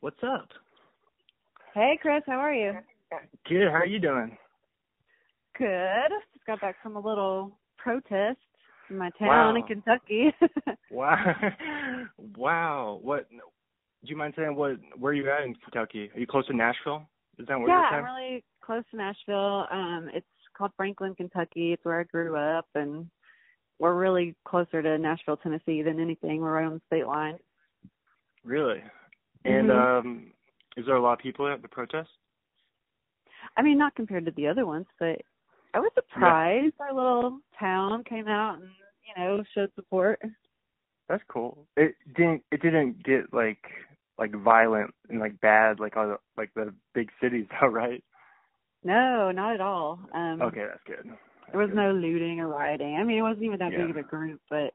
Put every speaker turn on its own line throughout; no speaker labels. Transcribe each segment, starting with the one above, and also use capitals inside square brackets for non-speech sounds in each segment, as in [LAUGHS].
What's up?
Hey, Chris, how are you?
Good. How are you doing?
Good. Just got back from a little protest in my town
Wow.
in Kentucky. [LAUGHS]
Wow. [LAUGHS] wow. What? Do you mind saying what? Where are you at in Kentucky? Are you close to Nashville? Is that where
yeah,
you're
I'm
from?
really close to Nashville. Um, it's called Franklin, Kentucky. It's where I grew up, and we're really closer to Nashville, Tennessee than anything. We're right on the state line.
Really? And
Mhm.
um, is there a lot of people at the protest?
I mean, not compared to the other ones, but I was surprised our little town came out and you know showed support.
That's cool. It didn't. It didn't get like like violent and like bad like all the, like the big cities, [LAUGHS] all right?
No, not at all. Um,
Okay, that's good.
There was no looting or rioting. I mean, it wasn't even that
Yeah.
big of a group, but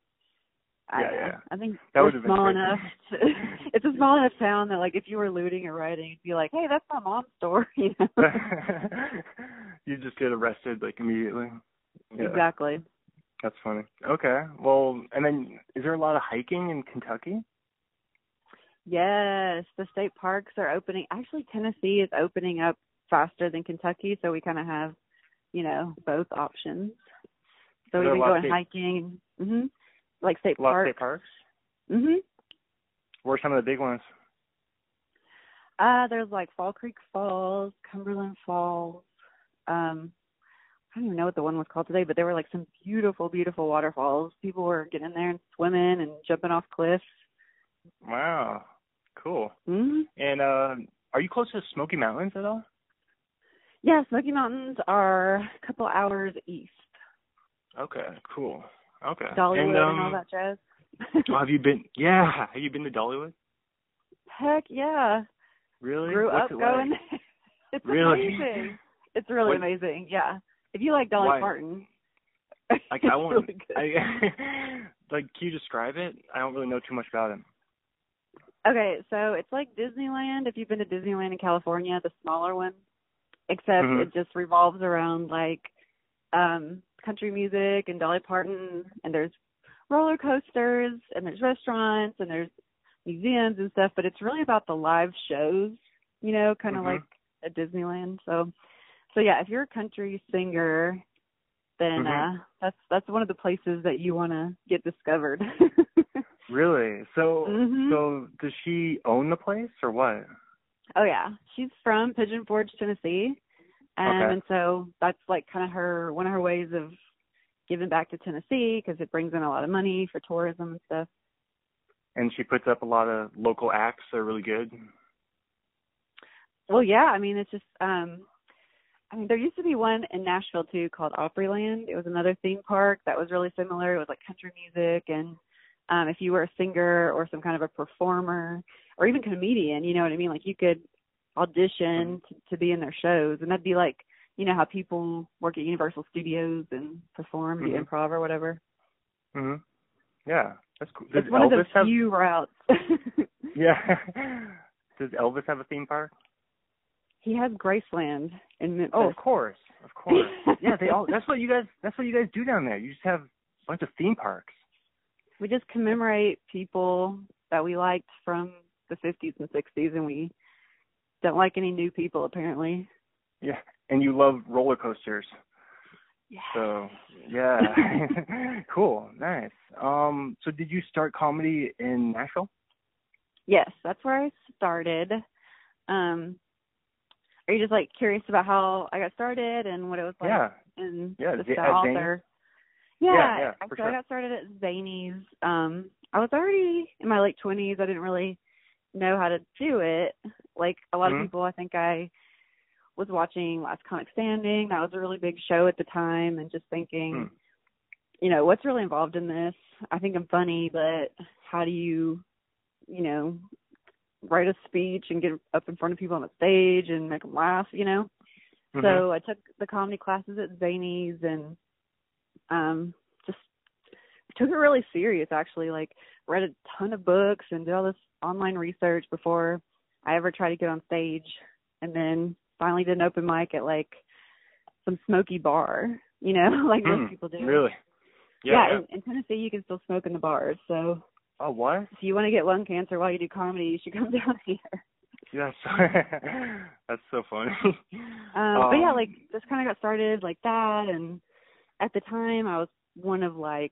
I,
Yeah, yeah.
I think
That
we're
would've been
small
crazy.
enough. To, [LAUGHS] it's a small enough town that, like, if you were looting or rioting, you'd be like, "Hey, that's my mom's store," [LAUGHS] you
[LAUGHS]
know.
you just get arrested like immediately. Yeah,
Exactly.
That's funny. Okay. Well, and then is there a lot of hiking in Kentucky?
Yes, the state parks are opening. Actually, Tennessee is opening up faster than Kentucky, so we kind of have, you know, both options. So
Are
we've
there
been
a lot of
going
state-
hiking, hmm like state
A lot of state
parks.
parks.
hmm
What are some of the big ones?
Uh, there's like Fall Creek Falls, Cumberland Falls. Um, I don't even know what the one was called today, but there were like some beautiful, beautiful waterfalls. People were getting in there and swimming and jumping off cliffs.
Wow. Cool.
hmm
And uh, are you close to the Smoky Mountains at all?
Yeah, Smoky Mountains are a couple hours east.
Okay. Cool. Okay.
Dollywood
and,
and,
um,
all that
[LAUGHS]
jazz.
well, have you been? Yeah. Have you been to Dollywood?
[LAUGHS] Heck yeah.
Really?
Grew
What's
up
it like?
going there. [LAUGHS] It's
Really?
amazing. It's really
What-
amazing. Yeah. If you like Dolly
Why?
Parton.
Like
[LAUGHS] it's
I want.
really good.
I, [LAUGHS] like, can you describe it? I don't really know too much about it.
Okay, so it's like Disneyland. If you've been to Disneyland in California, the smaller one, except
Mhm.
it just revolves around like um country music and Dolly Parton, and there's roller coasters, and there's restaurants, and there's museums and stuff. But it's really about the live shows, you know, kind of
Mhm.
like at Disneyland. So, so yeah, if you're a country singer, then
Mhm.
uh that's that's one of the places that you want to get discovered. [LAUGHS]
Really? So,
Mhm.
so does she own the place or what?
Oh yeah, she's from Pigeon Forge, Tennessee, um,
Okay.
and so that's like kind of her one of her ways of giving back to Tennessee because it brings in a lot of money for tourism and stuff.
And she puts up a lot of local acts that are really good.
Well, yeah, I mean it's just um, I mean there used to be one in Nashville too called Opryland. It was another theme park that was really similar. It was like country music and um, if you were a singer or some kind of a performer or even comedian, you know what I mean? Like you could audition to, to be in their shows, and that'd be like you know how people work at Universal Studios and perform, do
Mhm.
improv or whatever.
Mhm. Yeah, that's cool.
It's
Does
one
Elvis
of the
have?
few routes.
[LAUGHS]
[LAUGHS]
Yeah. does Elvis have a theme park?
he has Graceland in Memphis.
Oh, of course, of course. [LAUGHS] yeah, they all. That's what you guys. That's what you guys do down there. You just have a bunch of theme parks.
we just commemorate people that we liked from the 50s and 60s, and we don't like any new people apparently.
Yeah, and you love roller coasters.
Yeah.
So [LAUGHS] yeah, cool, nice. Um, so did you start comedy in Nashville?
Yes, that's where I started. Um, are you just like curious about how I got started and what it was like
yeah,
in
Yeah,
the
Z- at
South?
Zany's?
Or...
Yeah,
Yeah,
yeah,
I,
for
so
sure.
I got started at Zany's. Um, I was already in my late twenties. I didn't really know how to do it. Like a lot
Mhm.
of people, I think I was watching Last Comic Standing. That was a really big show at the time, and just thinking
Hmm.
you know what's really involved in this i think i'm funny but how do you you know write a speech and get up in front of people on the stage and make them laugh you know
Mhm.
so i took the comedy classes at zany's and um just took it really serious actually like read a ton of books and did all this online research before i ever tried to get on stage and then finally did an open mic at like some smoky bar you know [LAUGHS] like
Hmm,
most people do
Really?
yeah,
yeah.
In, in Tennessee you can still smoke in the bars. So
Oh, what?
if you want to get lung cancer while you do comedy, you should come [LAUGHS] down here.
That's so, [LAUGHS] that's so funny. [LAUGHS]
Um, but yeah, like just kind of got started like that, and at the time I was one of like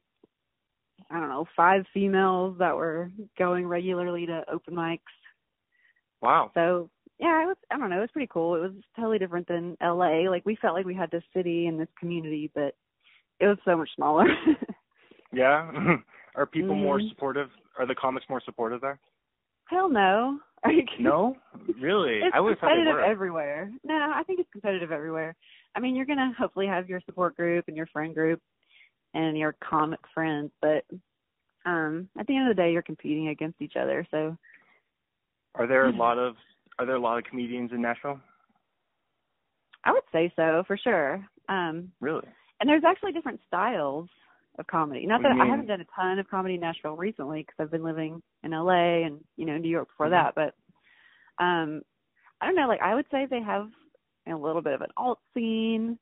I don't know five females that were going regularly to open mics.
wow.
So yeah, it was I don't know, it was pretty cool. It was totally different than LA. Like we felt like we had this city and this community, but it was so much smaller. [LAUGHS]
Yeah. [LAUGHS] Are people more
Mhm.
supportive? Are the comics more supportive there?
Hell no. [LAUGHS] Are you kidding?
No, really.
It's
I would have thought they
competitive
were.
everywhere. No, I think it's competitive everywhere. I mean, you're gonna hopefully have your support group and your friend group and your comic friends, but um at the end of the day, you're competing against each other. So
Are there a
Mm-hmm.
lot of Are there a lot of comedians in Nashville?
I would say so for sure. Um
Really?
and there's actually different styles of comedy. Not
What
that
do you
I
mean?
haven't done a ton of comedy in Nashville recently because I've been living in LA and you know New York before
Mhm.
that, but um I don't know. Like I would say they have a little bit of an alt scene.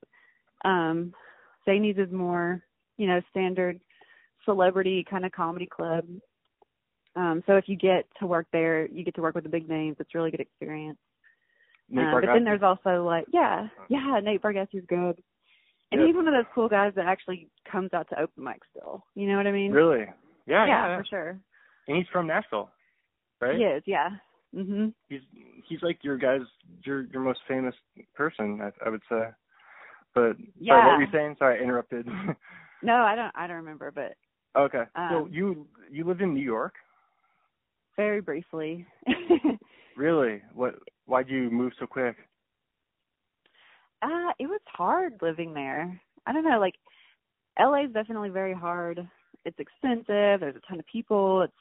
Um, Zanies is more you know standard celebrity kind of comedy club. Um, so if you get to work there, you get to work with the big names. It's a really good experience.
Nate
Um, but then
Bargatze?
there's also like, yeah, yeah, Nate Bargatze is good, and
Yeah.
he's one of those cool guys that actually comes out to open mic still. You know what I mean?
really. Yeah, yeah. yeah.
for sure.
And he's from Nashville, right?
He is, yeah. Mhm.
He's He's like your guys, your your most famous person, I, I would say. But sorry, what
Yeah.
were you saying? Sorry, I interrupted. [LAUGHS]
No, I don't. I don't remember, but
okay. so
Um,
you you live in New York,
very briefly. [LAUGHS]
really? What? Why'd you move so quick?
uh, it was hard living there. I don't know, like LA's definitely very hard. It's expensive, there's a ton of people, it's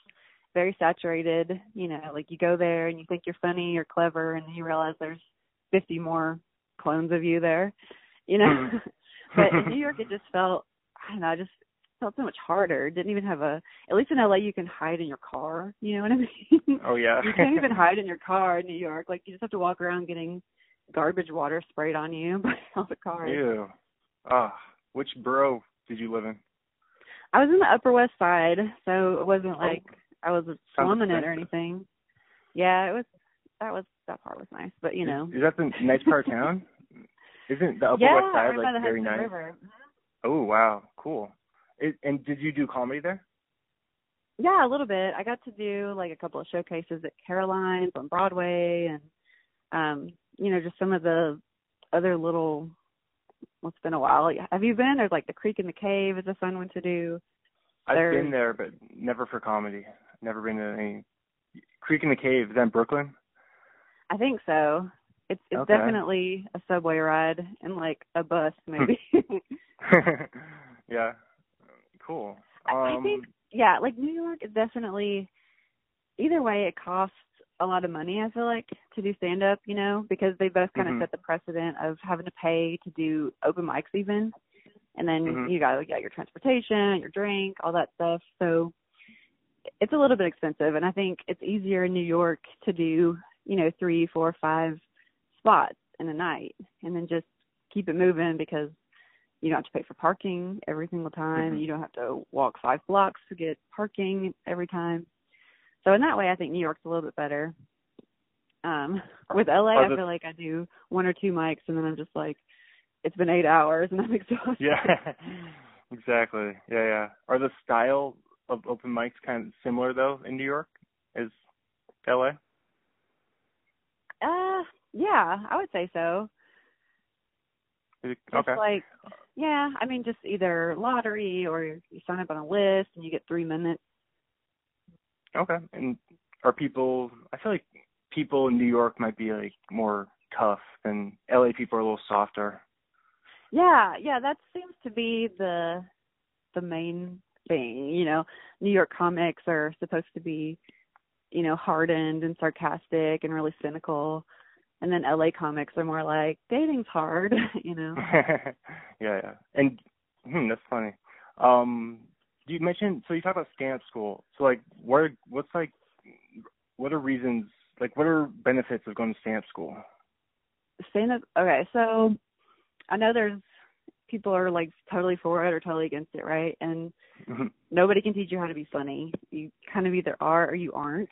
very saturated, you know, like you go there and you think you're funny, you're clever, and then you realize there's fifty more clones of you there. You know?
Mhm.
[LAUGHS] but in New York it just felt I don't know, I just felt so much harder. It didn't even have a at least in LA you can hide in your car, you know what I mean?
Oh yeah.
you
[LAUGHS]
can't even hide in your car in New York. Like you just have to walk around getting garbage water sprayed on you [LAUGHS] by all the cars.
Ew. Ah, which borough did you live in?
I was in the Upper West Side, so it
Oh.
wasn't like I was slumming it or
expensive.
anything. Yeah, it was. That was that part was nice, but you
Is-
know.
Is, that the nice part of
[LAUGHS]
town? Isn't the Upper
yeah,
West Side
right by
like
the
very
Hudson
nice?
River.
Oh wow, cool. It, and did you do comedy there?
Yeah, a little bit. I got to do like a couple of showcases at Caroline's on Broadway, and um, you know, just some of the other little. Well, it's been a while. Have you been? There's like the Creek in the Cave is a fun one to do.
I've
There-
been there, but never for comedy. Never been to any Creek in the Cave. Is that in Brooklyn? [LAUGHS]
I think so. It's it's
Okay. Hmm.
definitely a subway ride and like a bus maybe. [LAUGHS]
yeah. Cool. Um,
I- I think yeah, like New York is definitely either way it costs a lot of money I feel like to do stand up, you know, because they both kind of
Mhm.
set the precedent of having to pay to do open mics even. And then
Mhm.
you got you got your transportation, your drink, all that stuff. So it's a little bit expensive and I think it's easier in New York to do, you know, three, four, five spots in a night and then just keep it moving because you don't have to pay for parking every single time.
Mhm.
You don't have to walk five blocks to get parking every time. So in that way, I think New York's a little bit better. Um, with LA,
Are
I
the-
feel like I do one or two mics, and then I'm just like, it's been eight hours, and I'm [LAUGHS] exhausted.
[LAUGHS] yeah. exactly. Yeah, yeah. Are the style of open mics kind of similar though in New York? Is LA?
Uh, yeah, I would say so.
Is it-
Just
okay.
like, yeah, I mean, just either lottery or you sign up on a list and you get three minutes.
Okay. And are people? I feel like people in New York might be like more tough, and LA people are a little softer.
Yeah, yeah, that seems to be the the main thing. You know, New York comics are supposed to be, you know, hardened and sarcastic and really cynical. And then LA comics are more like dating's hard, [LAUGHS] you know.
yeah, [LAUGHS] yeah. And hmm, that's funny. Um, you mentioned so you talk about stand-up school. So like, what? Are, what's like? What are reasons? Like, what are benefits of going to stand-up school?
Stand up okay, so I know there's people are like totally for it or totally against it, right? And
Mhm.
nobody can teach you how to be funny. You kind of either are or you aren't.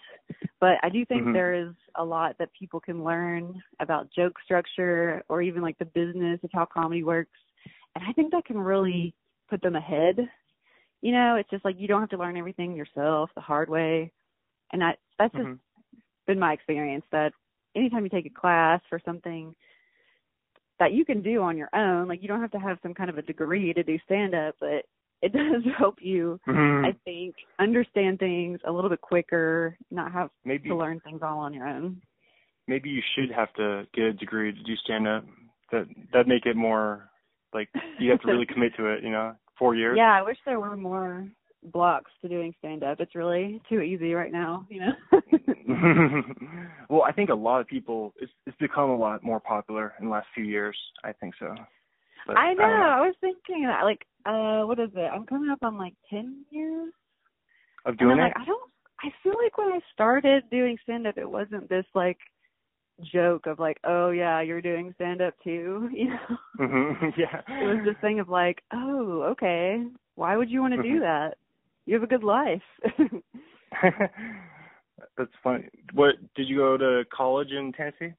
But I do think
Mhm.
there is a lot that people can learn about joke structure or even like the business of how comedy works. And I think that can really put them ahead. You know, it's just like you don't have to learn everything yourself the hard way. And I, that's just
Mhm.
been my experience that anytime you take a class for something that you can do on your own, like you don't have to have some kind of a degree to do stand up, but it [LAUGHS] does help you
Mhm.
I think understand things a little bit quicker, not have
maybe
to learn things all on your own.
maybe you should have to get a degree to do stand up. That that'd make it more like you have to
[LAUGHS]
really commit to it, you know. Four years.
Yeah, I wish there were more blocks to doing stand up. It's really too easy right now, you know.
Mm-hmm.
[LAUGHS]
[LAUGHS] well, I think a lot of people it's it's become a lot more popular in the last few years. I think so. But
I
don't
know. I, was thinking that like uh what is it? I'm coming up on like 10 years.
Of
And
doing
I'm
it.
like I don't I feel like when I started doing stand up it wasn't this like joke of like, "Oh yeah, you're doing stand up too," [LAUGHS] you know. [LAUGHS]
hmm [LAUGHS] yeah.
it was this thing of like, oh, okay, why would you want to
Mhm.
do that? You have a good life. [LAUGHS]
[LAUGHS] That's funny. What did you go to college in Tennessee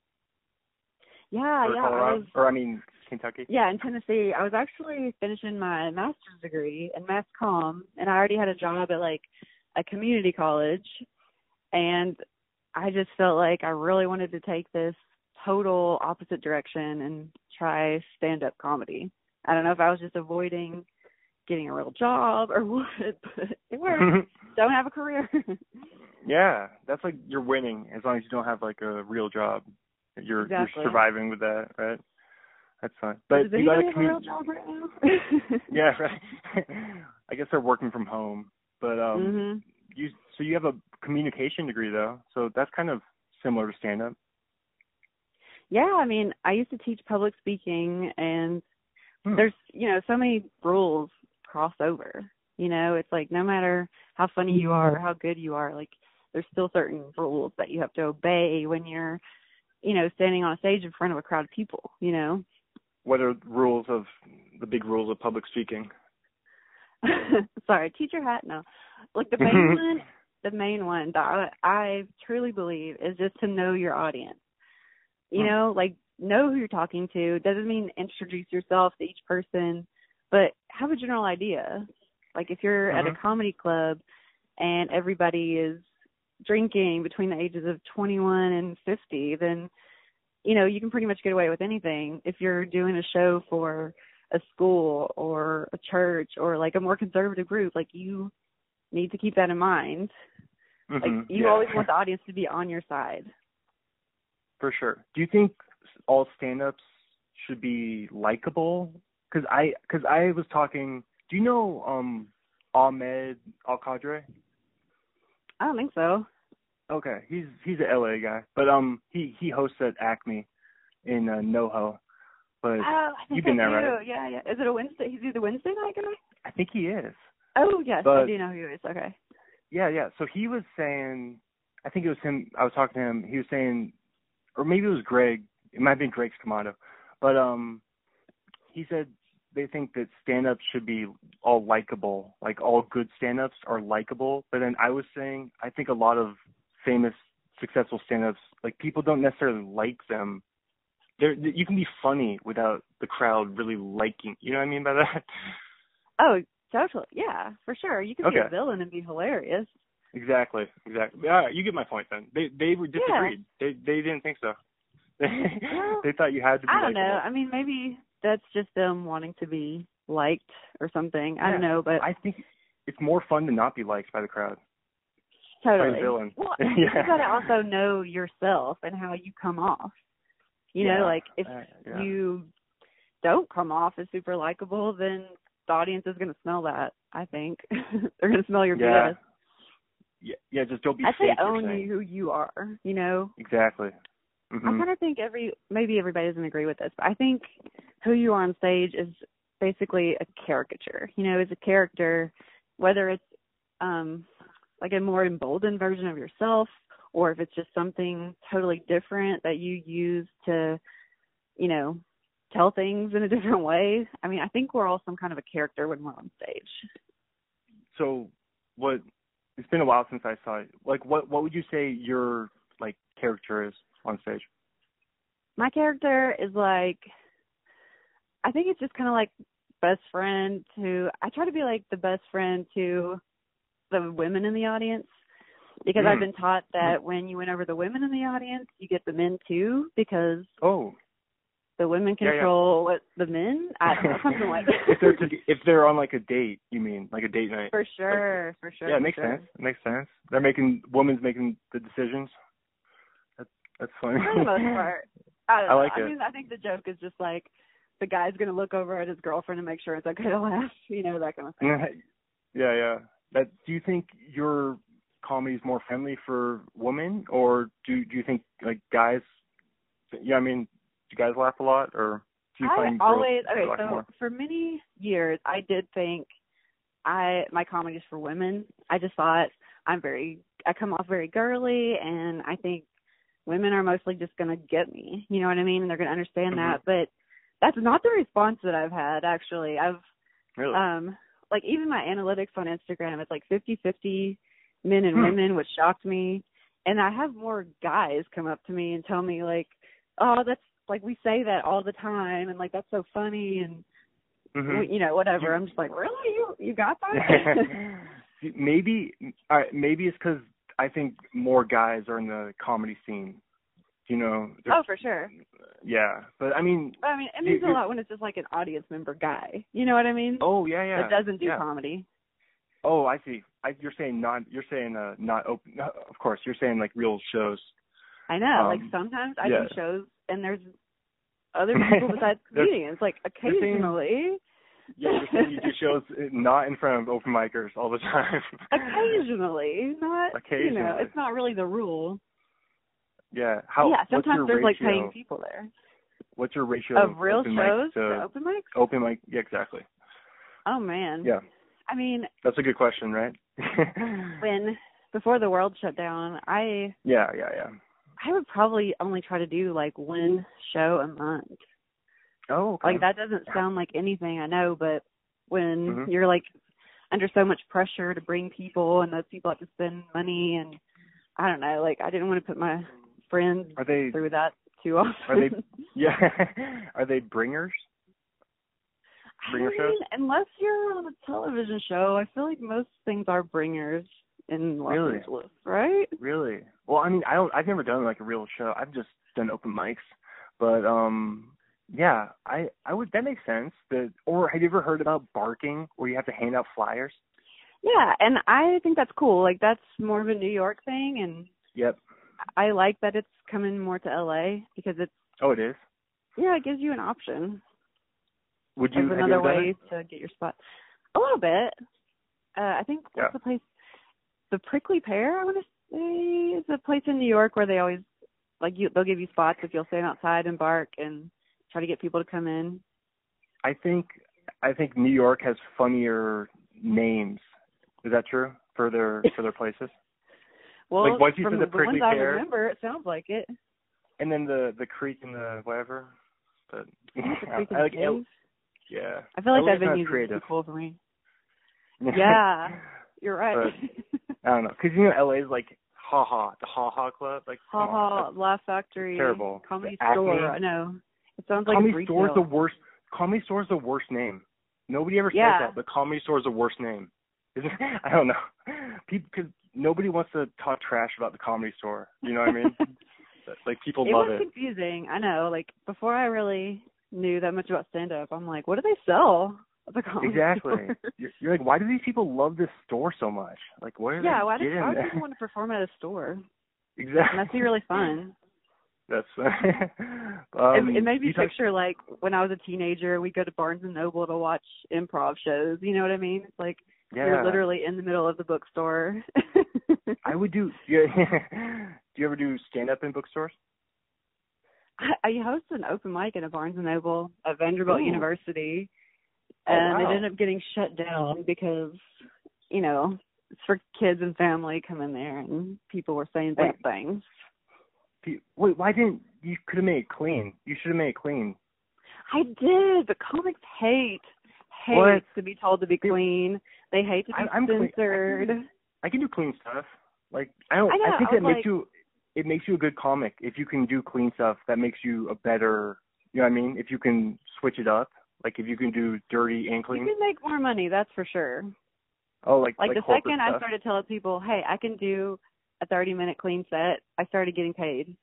yeah,
or
yeah. I
Colorado,
was,
or I mean Kentucky?
yeah, in Tennessee, I was actually finishing my master's degree in mass comm, and I already had a job at like a community college, and I just felt like I really wanted to take this total opposite direction and try stand-up comedy. I don't know if I was just avoiding getting a real job or [LAUGHS] what, but it worked.
[LAUGHS]
don't have a career. [LAUGHS]
yeah, that's like you're winning as long as you don't have like a real job. You're
Exactly.
you're surviving with that, right? That's fine.
Does
But you got
anybody
to
have a real
commu-
job right now? [LAUGHS]
Yeah, [LAUGHS] right. I guess they're working from home, but um,
hmm
you so you have a communication degree though, so that's kind of similar to stand up.
Yeah, I mean, I used to teach public speaking, and
Hmm.
there's you know so many rules cross over. You know, it's like no matter how funny you are, or how good you are, like there's still certain rules that you have to obey when you're, you know, standing on a stage in front of a crowd of people. You know.
What are the rules of the big rules of public speaking?
[LAUGHS] sorry, teacher hat. No, like the main one, the main one that I, I truly believe is just to know your audience. You
Hmm.
know, like know who you're talking to. Doesn't mean introduce yourself to each person, but have a general idea. Like if you're at a
Mhm.
comedy club and everybody is drinking between the ages of 21 and 50, then you know you can pretty much get away with anything. If you're doing a show for a school or a church or like a more conservative group like you need to keep that in mind like
Mhm,
you
yeah.
always
[LAUGHS]
want the audience to be on your side
for sure. Do you think all stand-ups should be likable? Because I because I was talking. Do you know um Ahmed Al Qadri?
i don't think so
Okay, he's he's a LA guy, but um he he hosts at Acme in uh, NoHo, but
oh i think
You've been
I
there,
do.
right?
yeah yeah is it a wednesday he's either wednesday night guy
I think he is.
oh yes i
But-
do know who he is okay
Yeah, yeah. So he was saying, I think it was him. I was talking to him. He was saying, or maybe it was Greg. It might have been Greg Scamato, but um, he said they think that stand-ups should be all likable. Like all good stand-ups are likable. But then I was saying, I think a lot of famous, successful stand-ups, like people don't necessarily like them. They're, you can be funny without the crowd really liking. You know what I mean by that?
oh totally yeah for sure you can be a
Okay.
villain and be hilarious
Exactly, exactly. All right, you get my point then. They they were disagreed. They they didn't think so. [LAUGHS] They
Well,
they thought you had to be
i don't know
likable.
i mean maybe that's just them wanting to be liked or something i don't
Yeah.
know but
I think it's more fun to not be liked by the crowd.
Totally.
Plain villain. [LAUGHS]
Well,
Yeah.
you gotta also know yourself and how you come off. You
Yeah.
know, like if
Uh, yeah.
you don't come off as super likable, then the audience is gonna smell that. I think [LAUGHS] they're gonna smell your
yeah.
BS.
yeah, yeah, just don't be
I say
fake. you're
own
saying.
you who you are. You know,
Exactly. Mhm.
I kind of think every maybe everybody doesn't agree with this, but I think who you are on stage is basically a caricature. You know, is a character, whether it's um like a more emboldened version of yourself, or if it's just something totally different that you use to, you know, tell things in a [LAUGHS] different way. I mean, I think we're all some kind of a character when we're on stage.
So, what? It's been a while since I saw it. Like, what what would you say your like character is on stage?
My character is like, I think it's just kind of like best friend to. I try to be like the best friend to the women in the audience because I've
Mm.
been taught that when you win over the women in the audience, you get the men too because
Oh,
the women
Yeah, yeah.
control what the men.
[LAUGHS]
I don't know, something like that.
if they're to, if they're on like a date, you mean like a date night?
[LAUGHS] For sure, for sure.
yeah,
for
it makes
sure.
sense. It makes sense. They're making women's making the decisions. That, that's funny.
For the
[LAUGHS]
most part. I, don't
I
know.
like it.
I mean, I think the joke is just like the guy's gonna look over at his girlfriend and make sure it's okay to laugh, you know, that kind of thing.
yeah, yeah. That do you think your comedy is more friendly for women, or do do you think like guys? Yeah, I mean, do guys laugh a lot, or do you
I
find girls
always okay,
laugh
so
more?
for many years I did think I my comedy is for women. I just thought I'm very I come off very girly and I think women are mostly just gonna get me. You know what I mean? And they're gonna understand
Mm-hmm.
that. But that's not the response that I've had actually. I've
Really?
um like even my analytics on instagram it's like fifty fifty men and
Hmm.
women which shocked me and i have more guys come up to me and tell me like oh that's like we say that all the time and like that's so funny and
Mhm.
you know whatever
You-
i'm just like really you you got that
[LAUGHS]
[LAUGHS]
maybe all right, maybe it's because I think more guys are in the comedy scene. You know, they're-
oh for sure
yeah. But I mean,
but i mean it
You-
means a
you-
lot when it's just like an audience member guy you know what i mean
oh yeah, yeah.
that doesn't do
yeah.
comedy
Oh, I see. I, you're saying not. You're saying uh, not open. no, Of course, you're saying like real shows.
i know like
Um,
sometimes i
yeah.
do shows and there's
[LAUGHS]
other people besides
They're-
comedians like
they're saying-
occasionally
Yeah, you're saying
[LAUGHS]
you do shows uh, not in front of open micers all the time.
Occasionally, not you know,
Occasionally.
it's not really the rule.
[LAUGHS] yeah. How?
yeah,
what's
sometimes
your
there's
ratio,
like paying people there
What's your ratio
of real
open
shows
mic to
to open mics.
open mic? Yeah, exactly.
Oh man,
Yeah,
I mean,
that's a good question, right? yeah,
when before the world shut down, I
[LAUGHS] yeah, yeah.
I would probably only try to do like one show a month.
Oh, okay.
Like that doesn't sound like anything I know, but when
Mhm.
you're like under so much pressure to bring people and those people have to spend money and I don't know, like I didn't want to put my friends
Are they?
through that too often.
Are they Yeah. [LAUGHS] Are they bringers? Bringer
I
shows?
mean, unless you're on a television show, I feel like most things are bringers in Los
Really?
Angeles, right?
Really? Well, I mean, I don't. I've never done like a real show. I've just done open mics. But um, yeah, I I would. That makes sense. The or have you ever heard about barking, where you have to hand out flyers?
Yeah, and I think that's cool. Like that's more of a New York thing, and
Yep.
I like that it's coming more to LA because it's
Oh, it is.
yeah, it gives you an option
Would you?
as
have you
another
ever done
way
it?
to get your spot. A little bit. Uh I think
Yeah.
what's the place? The Prickly Pear, I want to say, is a place in New York where they always like you. They'll give you spots if you'll stand outside and bark and try to get people to come in.
I think I think New York has funnier names. Is that true for their for their places?
Well,
Like, once you
from
said the prickly
ones I
pear-
remember, it sounds like it.
And then the the creek and the whatever. But
The creek
[LAUGHS] I, like
and the
L-
cave.
yeah.
I feel like
LA
that
's not
venue's
creative.
too cool
[LAUGHS]
for me. [LAUGHS] Yeah. You're right. [LAUGHS]
I don't know, 'cause you know LA is like ha ha, the ha ha club, like
ha
come on,
ha, Laugh Factory,
oh, terrible.
Comedy
The Acme.
Store. I know. It sounds
that's-
like
comedy
a
store is
retail.
the worst. Comedy store is the worst name. Nobody ever
Yeah.
says that, but comedy store is the worst name. Isn't [LAUGHS] I don't know, people because nobody wants to talk trash about the comedy store. You know what I
[LAUGHS]
mean? But, like people
it
love
was
it.
confusing. I know. Like before, I really knew that much about stand up. I'm like, what do they sell? at The comedy
Exactly.
store?
You're, you're like, why do these people love this store so much? Like, what are
yeah.
they
Why do
getting
why would
there? [LAUGHS]
people want to perform at a store?
exactly.
And that'd be really fun.
That's. [LAUGHS]
It-
um,
it, made me
you talk-
picture like when I was a teenager, we'd go to Barnes and Noble to watch improv shows. You know what I mean? It's like
Yeah.
you're literally in the middle of the bookstore.
I would do. [LAUGHS] Yeah, do you ever do stand up in bookstores?
[LAUGHS] I, I hosted an open mic at a Barnes and Noble at Vanderbilt
Ooh.
University,
Oh,
and
wow.
it ended up getting shut down because you know it's for kids and family coming there, and people were saying bad things.
Do you- Wait, why didn't you could have made it clean? You should have made it clean.
I did, but comics hate hate
What?
to be told to be clean. They hate to be
I- I'm clean. I can-
censored.
I can do clean stuff. Like I don't.
I know,
I think
I was
that makes
like-
you. It makes you a good comic if you can do clean stuff. That makes you a better. You know what I mean? If you can switch it up, like if you can do dirty and
You
clean.
can make more money, that's for sure.
Oh, like
Like, the
corporate
second I
stuff.
started telling people, "Hey, I can do a 30-minute clean set," I started getting paid.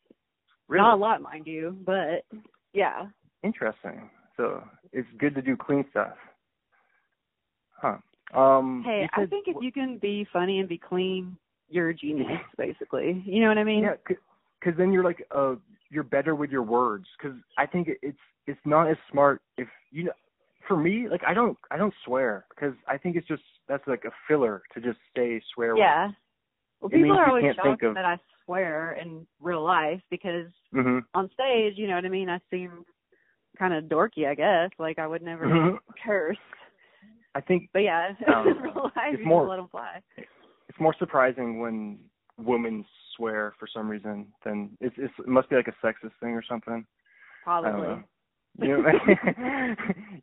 Really
Not a lot, mind you, but yeah.
interesting. So it's good to do clean stuff. Huh. Um.
Hey,
you
I
said-
think if you can be funny and be clean, you're a genius, basically. You know what I mean?
Yeah, because then you're like, uh, you're better with your words. Because I think it- it's it's not as smart if you know. For me, like I don't I don't swear because I think it's just that's like a filler to just say swear.
Yeah. Well,
It means
people are
you
always
can't think
shocked
of-
that I swear in real life because
hmm
on stage, you know what I mean. I seem kind of dorky, I guess. Like I would never curse,
I think
but yeah,
Mm-hmm.
[LAUGHS]
Um,
in real life,
it's
you
more-
just let them fly.
it's more surprising when women swear for some reason than it's, it's it must be like a sexist thing or something. I don't
Probably.
know. You know, [LAUGHS]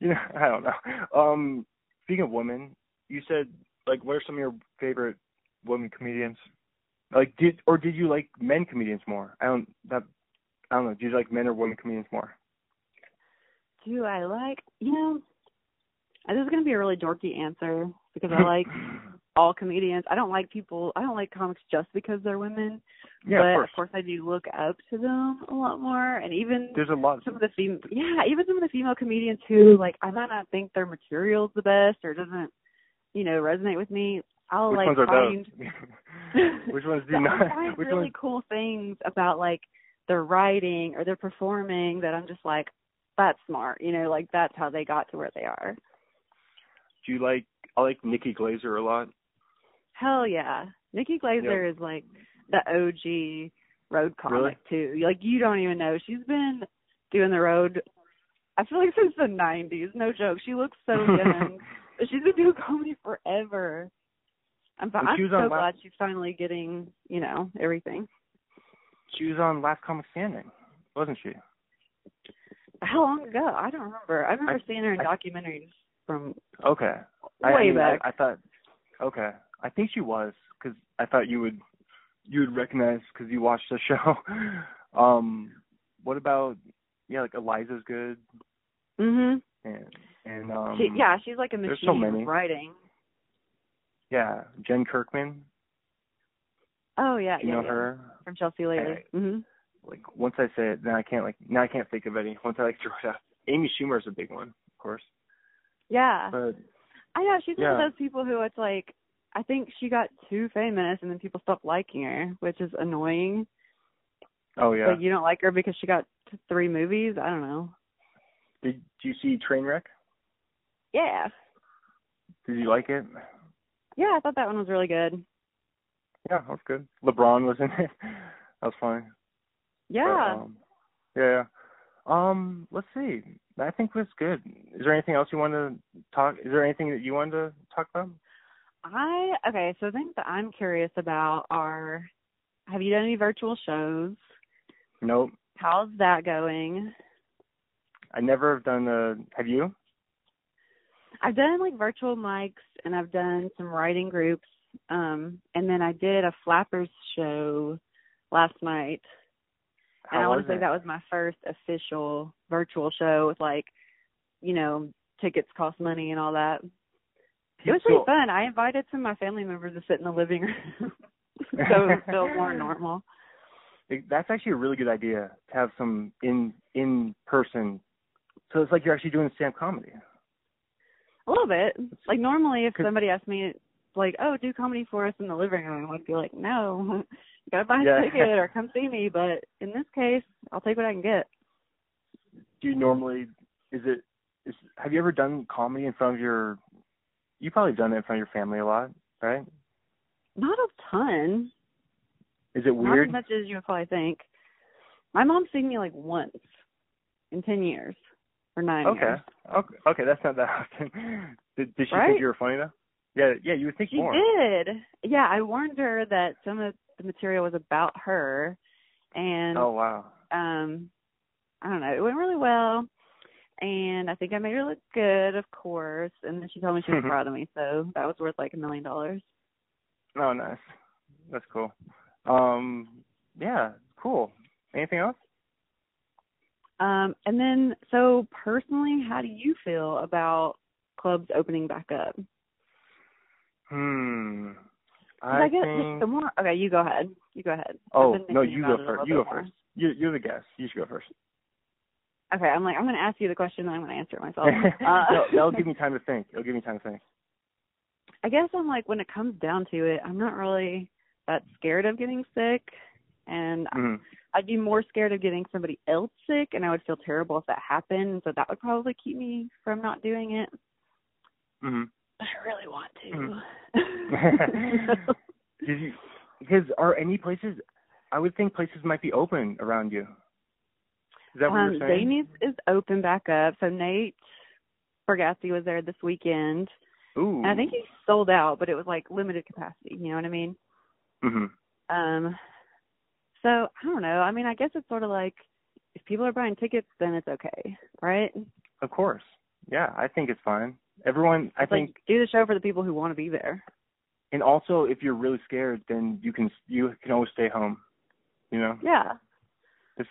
you know, I don't know. Um, speaking of women, you said like, what are some of your favorite women comedians? Like, did or did you like men comedians more? I don't that. I don't know. Do you like men or women comedians more?
Do I like? You know, this is gonna be a really dorky answer because
[LAUGHS]
I like all comedians. I don't like people. I don't like comics just because they're women.
yeah,
but
of course.
I do look up to them a lot more, and even
There's a lot.
some of the fem- yeah, even some of the female comedians who like I might not think their material's the best or doesn't you know resonate with me. I'll
Which
like
ones are
find [LAUGHS]
those? Which ones do you
I'll
not?
find
Which
really
ones?
cool things about like their writing or their performing that I'm just like that's smart, you know, like that's how they got to where they are.
[LAUGHS] Do you like? I like Nikki Glazer a lot.
Hell yeah, Nikki Glaser is like the OG road comic too. Like you don't even know she's been doing the road. I feel like since the '90s, no joke. She looks
[LAUGHS]
so young. But she's been doing comedy forever. I'm, fi-
When
I'm
she was
so
on La-
glad she's finally getting, you know, everything.
she was on Last Comic Standing, wasn't she?
How long ago? I don't remember. I remember
I-
seeing her in
I-
documentaries from
Okay. I,
way
I mean,
back.
I, I thought. Okay, I think she was because I thought you would you would recognize because you watched the [LAUGHS] show. um, what about yeah, like Eliza's good
mhm.
and and um
She, yeah, she's like a machine
there's so many.
of writing.
yeah Jen Kirkman.
Oh yeah,
Do you
yeah,
know
yeah.
her?
from Chelsea Lately.
Alright.
Mhm.
Like once I say it, then I can't like now I can't think of any. [LAUGHS] Once I like throw it out, Amy Schumer's a big one, of course.
Yeah.
But
I know she's one
Yeah.
of those people who it's like I think she got too famous and then people stopped liking her, which is annoying.
oh yeah,
Like you don't like her because she got t- three movies. I don't know.
did do you see Trainwreck?
Yeah,
Did you like it?
yeah. I thought that one was really good.
Yeah, that was good. LeBron was in it. [LAUGHS] That was funny.
Yeah.
But, um, yeah. Um, let's see. I think was good. Is there anything else you want to talk? Is there anything that you wanted to talk about?
I okay. So things that I'm curious about are: Have you done any virtual shows?
Nope.
How's that going?
I never have done a. Have you?
I've done like virtual mics and I've done some writing groups. Um, and then I did a flappers show last night
How
and I
was
want to say
it?
that was my first official virtual show with like, you know, tickets cost money and all that. It was pretty
So-
fun. I invited some of my family members to sit in the living room, [LAUGHS] so
[LAUGHS]
it felt more normal.
It- That's actually a really good idea to have some in in person. So it's like you're actually doing stand comedy.
A little bit. Like normally, if
'Cause-
somebody asked me, like, "Oh, do comedy for us in the living room," I'd be like, "No, [LAUGHS] you gotta buy a
Yeah.
ticket or come see me." But in this case, I'll take what I can get.
Do you normally? Is it? Is have you ever done comedy in front of your? You probably done it in front of your family a lot, right?
Not a ton.
Is it
Not
weird?
as much as you would probably think. My mom's seen me like once in ten years or nine
Okay.
years.
Okay. Okay, that's not that [LAUGHS] often. Did, did she
Right?
think you were funny though? Yeah, yeah, you would think
She
more.
did. Yeah, I warned her that some of the material was about her, and
Oh wow.
um, I don't know, it went really well. and I think I made her look good, of course. And then she told me she was
Mm-hmm.
proud of me, so that was worth like a million dollars.
Oh, nice. That's cool. Um, yeah, cool. Anything else?
Um, and then, so personally, how do you feel about clubs opening back up? 'Cause
Hmm.
I,
I,
guess
think.
the more. Okay, you go ahead. You go ahead. I've
oh
been
no,
thinking
you
about
go
it a
first.
little
You go
bit more.
first. You, you're the guest. You should go first.
Okay, I'm like, I'm going to ask you the question, and I'm going to answer
[LAUGHS]
it myself.
that'll,
Oh, Uh,
that'll give me time to think. It'll give me time to think.
[LAUGHS] I guess I'm like when it comes down to it, I'm not really that scared of getting sick and I-
Mhm.
I'd be more scared of getting somebody else sick and I would feel terrible if that happened, so that would probably keep me from not doing it.
Mhm.
But I really want
Mm.
[LAUGHS] to.
Did you? Because are any places? I would think places might be open around you. Is that what
um
you're saying?
Zanies is open back up. So Nate Bergassi was there this weekend.
Ooh.
And I think he sold out, but it was like limited capacity, you know what I mean?
Mhm.
Um, so I don't know. I mean, I guess it's sort of like if people are buying tickets, then it's okay, right?
Of course. Yeah, I think it's fine. Everyone, I
It's
think,
like do the show for the people who want to be there.
and also if you're really scared, then you can you can always stay home. You know.
Yeah,
Just,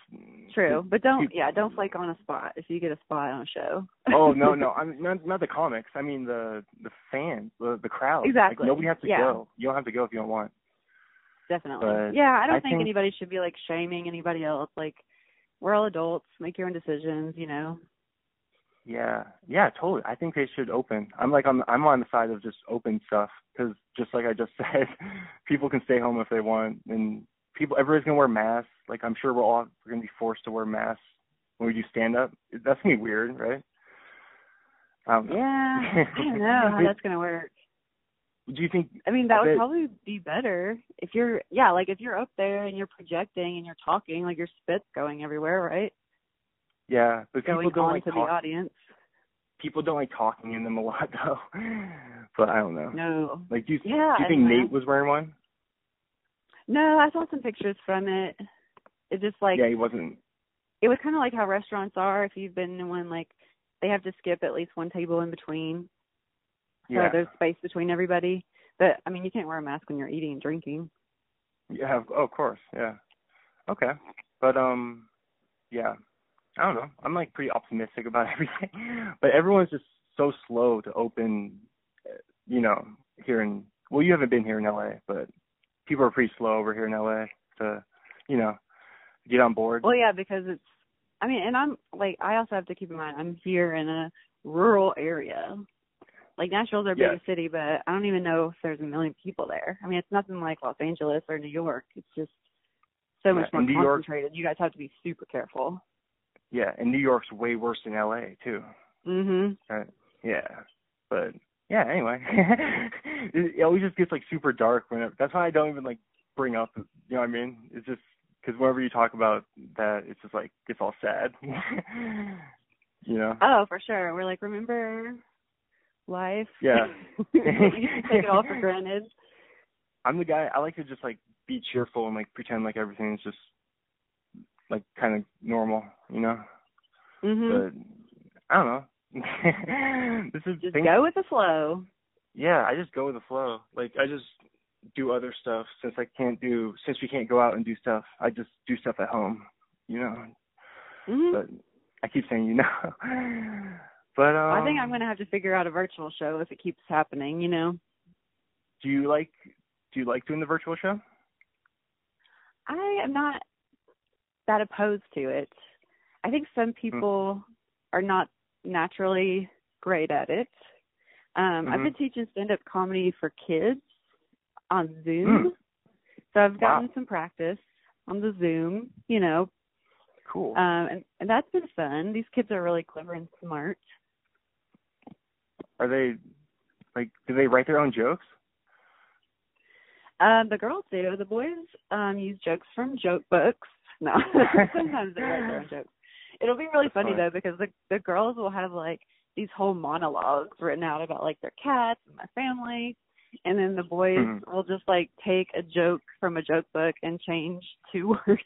true. But don't,
Dude.
yeah, don't flake on a spot if you get a spot on a show.
oh
[LAUGHS]
no, no, I'm not not the comics. I mean the the fans, the the crowd.
Exactly.
Like, nobody has to
Yeah.
go. You don't have to go if you don't want.
Definitely.
But
yeah, I don't
I
think,
think-
anybody should be like shaming anybody else. Like, we're all adults. Make your own decisions. You know.
Yeah, yeah, totally. I think they should open. I'm like on I'm on the side of just open stuff because just like I just [LAUGHS] said, people can stay home if they want, and people everybody's gonna wear masks. Like I'm sure we're all we're gonna be forced to wear masks when we do stand up. That's gonna be weird, right? Um,
Yeah.
[LAUGHS]
I don't know how that's gonna work.
Do you think?
I mean, that would
But-
probably be better if you're, yeah, like if you're up there and you're projecting and you're talking, like your spit's going everywhere, right?
Yeah, but
Going
people don't
on
like
to the
talk,
audience.
people don't like talking in them a lot [LAUGHS] though. but I don't know.
No.
Like, do you,
Yeah.
do you
I
think
don't know.
Nate was wearing one?
No, I saw some pictures from it. It's just like
yeah, he wasn't.
it was kind of like how restaurants are. If you've been in one, like they have to skip at least one table in between,
Yeah.
so there's space between everybody. But I mean, you can't wear a mask when you're eating and drinking.
Yeah, oh, of, of course. Yeah. Okay. But um yeah. I don't know. I'm like pretty optimistic about [LAUGHS] everything. But everyone's just so slow to open uh, you know, here in well, you haven't been here in LA, but people are pretty slow over here in LA to, you know, get on board.
Well, yeah, because it's. I mean, and I'm like I also have to keep in mind I'm here in a rural area. Like Nashville's our
Yeah.
biggest city, but I don't even know if there's a million people there. I mean, it's nothing like Los Angeles or New York. It's just so much
Yeah,
more
and New York-
concentrated. You guys have to be super careful.
Yeah, and New York's way worse than LA too.
Mhm.
Uh, Yeah. But yeah, anyway. [LAUGHS] it, it always just gets like super dark when it, that's why I don't even like bring up, you know what I mean? It's just cuz whenever you talk about that, it's just like it's all sad. [LAUGHS] you know.
Oh, for sure. We're like, remember life?
Yeah.
we used to [LAUGHS] take it all for granted.
I'm the guy I like to just like be cheerful and like pretend like everything is just like kind of normal, you know?
Mhm.
But I don't know. [LAUGHS] this is
Just
things
go with the flow.
yeah, I just go with the flow. Like I just do other stuff since I can't do since we can't go out and do stuff. I just do stuff at home, you know.
Mhm.
But I keep saying you know. [LAUGHS] but um,
I think I'm gonna have to figure out a virtual show if it keeps happening. You know.
Do you like do you like doing the virtual show?
I am not that opposed to it. I think some
Mm-hmm.
people are not naturally great at it. Um, I've
Mhm.
been teaching stand up comedy for kids on Zoom.
Mm.
So I've gotten
Wow.
some practice on the Zoom, you know,
Cool.
um, and, and that's been fun. These kids are really clever and smart.
Are they like do they write their own jokes? [LAUGHS]
Um, the girls do. The boys um, use jokes from joke books. No, [LAUGHS] sometimes they write their own jokes. It'll be really
That's
funny
funny.
though because the the girls will have like these whole monologues written out about like their cats and my family, and then the boys
Mhm.
will just like take a joke from a joke book and change two [LAUGHS] words.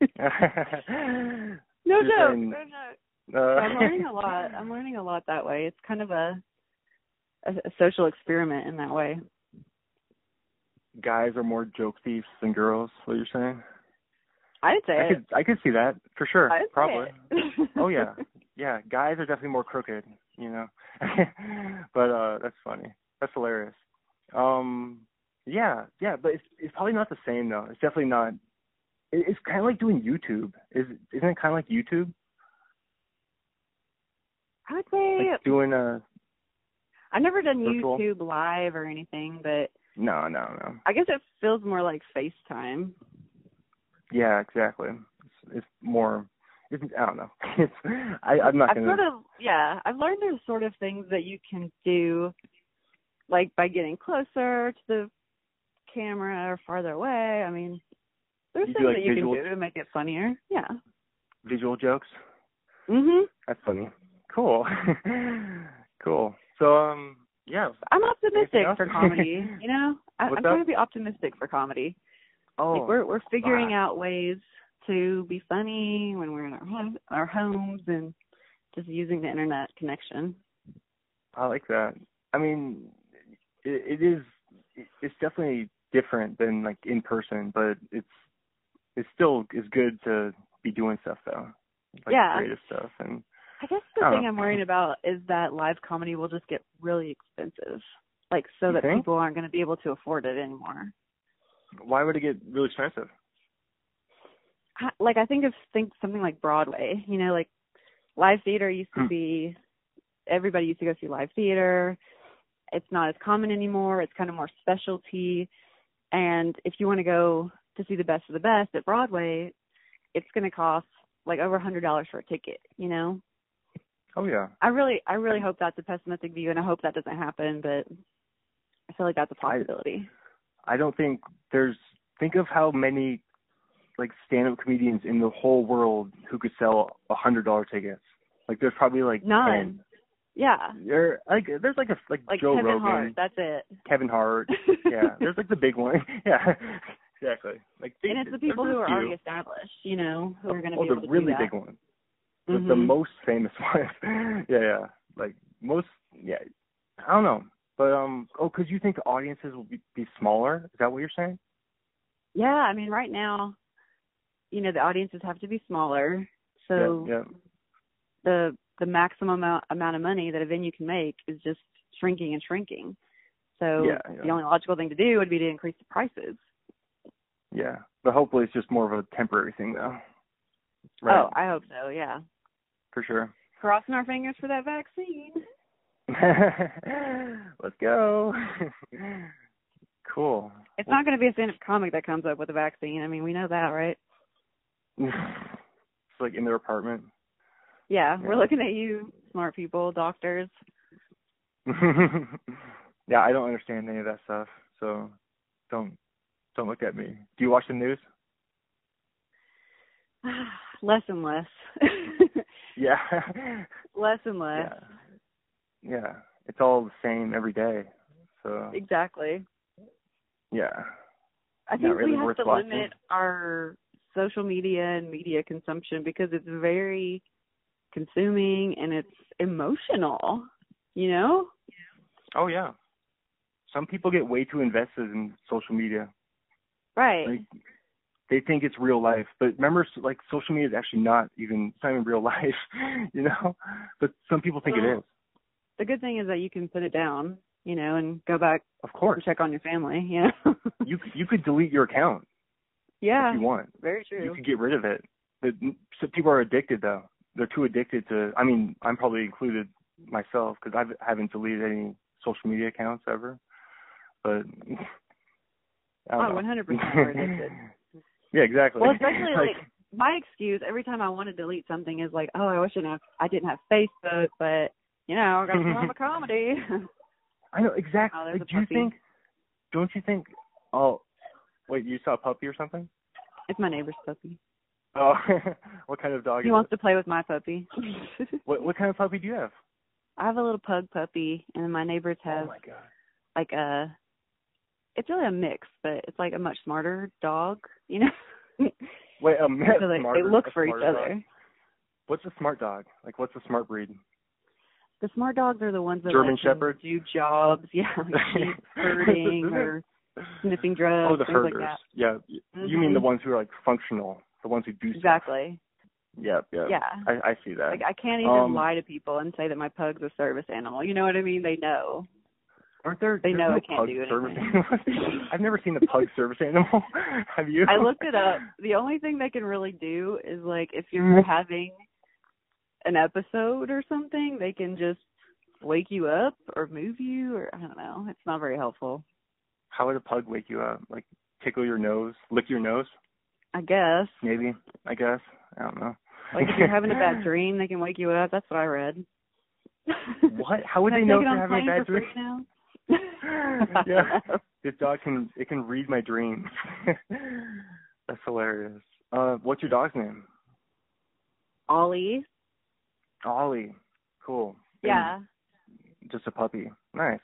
You're
No joke.
saying-
No joke.
Uh,
I'm learning a lot. I'm learning a lot that way. It's kind of a a, a social experiment in that way.
guys are more joke thieves than girls. What you're saying?
I'd say
I could I could see that for sure.
it. I'd say
probably.
it.
Oh
[LAUGHS]
yeah, yeah. Guys are definitely more crooked. You know, [LAUGHS] but uh that's funny. That's hilarious. Um, yeah, yeah. But it's it's probably not the same though. It's definitely not. It, it's kind of like doing YouTube. Is isn't it kind of like YouTube?
I would say
Like doing a
I've never done
virtual?
YouTube live or anything, but
no, no, no.
I guess it feels more like FaceTime.
Yeah, exactly. It's, it's more. It's, I don't know. [LAUGHS] It's, I, I'm not
I've
gonna.
sort of yeah, I've learned there's sort of things that you can do like by getting closer to the camera or farther away. I mean there's
You do,
things
like,
that you
visual-
can do to make it funnier. Yeah.
visual jokes.
Mhm.
That's funny. Cool. [LAUGHS] cool. So um yeah.
I'm optimistic
else?
for
[LAUGHS]
comedy, you know? I,
What's
I'm trying
that?
to be optimistic for comedy.
Oh
like we're we're figuring out ways to be funny when we're in our home, our homes and just using the internet connection.
I like that. I mean it, it is it's definitely different than like in person, but it's it still is good to be doing stuff though. Like
Yeah.
creative stuff and
I guess the
Oh.
thing I'm worried about is that live comedy will just get really expensive, like so
You
that
think?
people aren't going to be able to afford it anymore.
why would it get really expensive?
I- Like I think of think something like Broadway, you know, like live theater used to
Hmm.
be everybody used to go see live theater. It's not as common anymore. It's kind of more specialty. And if you want to go to see the best of the best at Broadway, it's going to cost like over a hundred dollars for a ticket. You know,
Oh yeah.
I really, I really hope that's a pessimistic view, and I hope that doesn't happen. But I feel like that's a
I-
possibility.
I don't think there's think of how many like stand up comedians in the whole world who could sell a hundred dollar tickets. Like there's probably like
None. yeah,
10. There like there's like a like,
like
Joe
Kevin
Rogan,
Hart. That's it.
Kevin Hart.
[LAUGHS]
Yeah. there's like the big one. [LAUGHS] yeah. Exactly. Like think,
and it's the people who
there's a
are
few.
already established, you know, who are going to
oh,
be
the
able to
really
do that.
big one. The, the
Mhm.
most famous [LAUGHS] one. yeah, yeah. Like most yeah. I don't know. But um oh, because you think the audiences will be, be smaller? Is that what you're saying?
Yeah, I mean, right now, you know, the audiences have to be smaller, so
yeah, yeah.
the the maximum amount, amount of money that a venue can make is just shrinking and shrinking. So
Yeah, yeah.
the only logical thing to do would be to increase the prices.
Yeah, but hopefully it's just more of a temporary thing, though. Right,
Oh, I hope so. Yeah,
for sure. [LAUGHS]
crossing our fingers for that vaccine.
Let's go. [LAUGHS] cool. [LAUGHS]
It's not going to be a stand-up comic that comes up with a vaccine. I mean, we know that, right?
it's like in their apartment.
Yeah,
Yeah.
we're looking at you, smart people, doctors.
[LAUGHS] yeah, I don't understand any of that stuff, so don't don't look at me. Do you watch the news?
[SIGHS] less and less. [LAUGHS]
Yeah. [LAUGHS]
less and less.
yeah. Yeah. It's all the same every day. So
Exactly.
yeah.
I
Not
think
really
we have
worth
to
watching.
limit our social media and media consumption because it's very consuming and it's emotional, you know?
Oh yeah. Some people get way too invested in social media.
Right.
like they think it's real life but remember s- like social media is actually not even it's not even real [LAUGHS] life you know but some people think it
Well-
is
the good thing is that you can put it down, you know, and go back
of
and
course
check on your family, you know.
you c- you could delete your account
[LAUGHS] yeah.
if you want
Very
you
true.
could get rid of it but n- so people are addicted though they're too addicted to i mean i'm probably included myself because i haven't deleted any social media accounts ever but [LAUGHS] I don't know.
Oh, 100% are addicted.
[LAUGHS] yeah exactly
Well, especially, like, my excuse every time I want to delete something is like, oh, I wish I didn't have, I didn't have Facebook, but you know, I got
[LAUGHS]
to film a comedy. [LAUGHS]
I know exactly.
Oh, there's
like,
a
do you
puppy.
think? Don't you think? Oh, wait. You saw a puppy or something?
it's my neighbor's puppy.
Oh, [LAUGHS] what kind of dog?
He
is
wants to play with my puppy. [LAUGHS]
it? What what kind of puppy do you have?
I have a little pug puppy, and my neighbors have
oh my god.
like a. It's really a mix, but it's like a much smarter dog, you know.
[LAUGHS] Wait, um, [LAUGHS]
so they,
smarter,
they look
a
for each
smarter dog?
other.
What's a smart dog? Like, what's a smart breed?
The smart dogs are the ones that
German
like, can
Shepherds?
do jobs, [LAUGHS] yeah, like
[LAUGHS]
herding
Isn't it-
or sniffing drugs,
Oh, the
things like
herders.
that.
Yeah. y- You mean the
Mhm.
ones who are like functional, the ones who do stuff.
Exactly.
Yeah, yeah.
Yeah.
I, I see that.
Like I can't even
Um,
lie to people and say that my pug's a service animal. You know what I mean? They know.
Aren't there?
They
there's
know
no
it can't
pug
do
[LAUGHS] service
anything.
animals? I've never seen a pug service animal. [LAUGHS] Have you?
I looked
[LAUGHS]
it up. The only thing they can really do is like if
Mm-hmm.
you're having an episode or something, they can just wake you up or move you or I don't know. It's not very helpful.
How would a pug wake you up? Like tickle your nose, lick your nose,
I guess.
maybe. I guess. I don't know.
Like if you're having a bad dream, they can wake you up. That's what I read.
[LAUGHS]
[LAUGHS]
What? How would
Can I
they know if
take it on
you're having
plane
a bad
for
dream?
free now?
[LAUGHS]
[LAUGHS]
Yeah. This dog can it can read my dreams. [LAUGHS] That's hilarious. Uh, what's your dog's name?
Ollie.
Ollie. Cool. And
Yeah.
Just a puppy. Nice.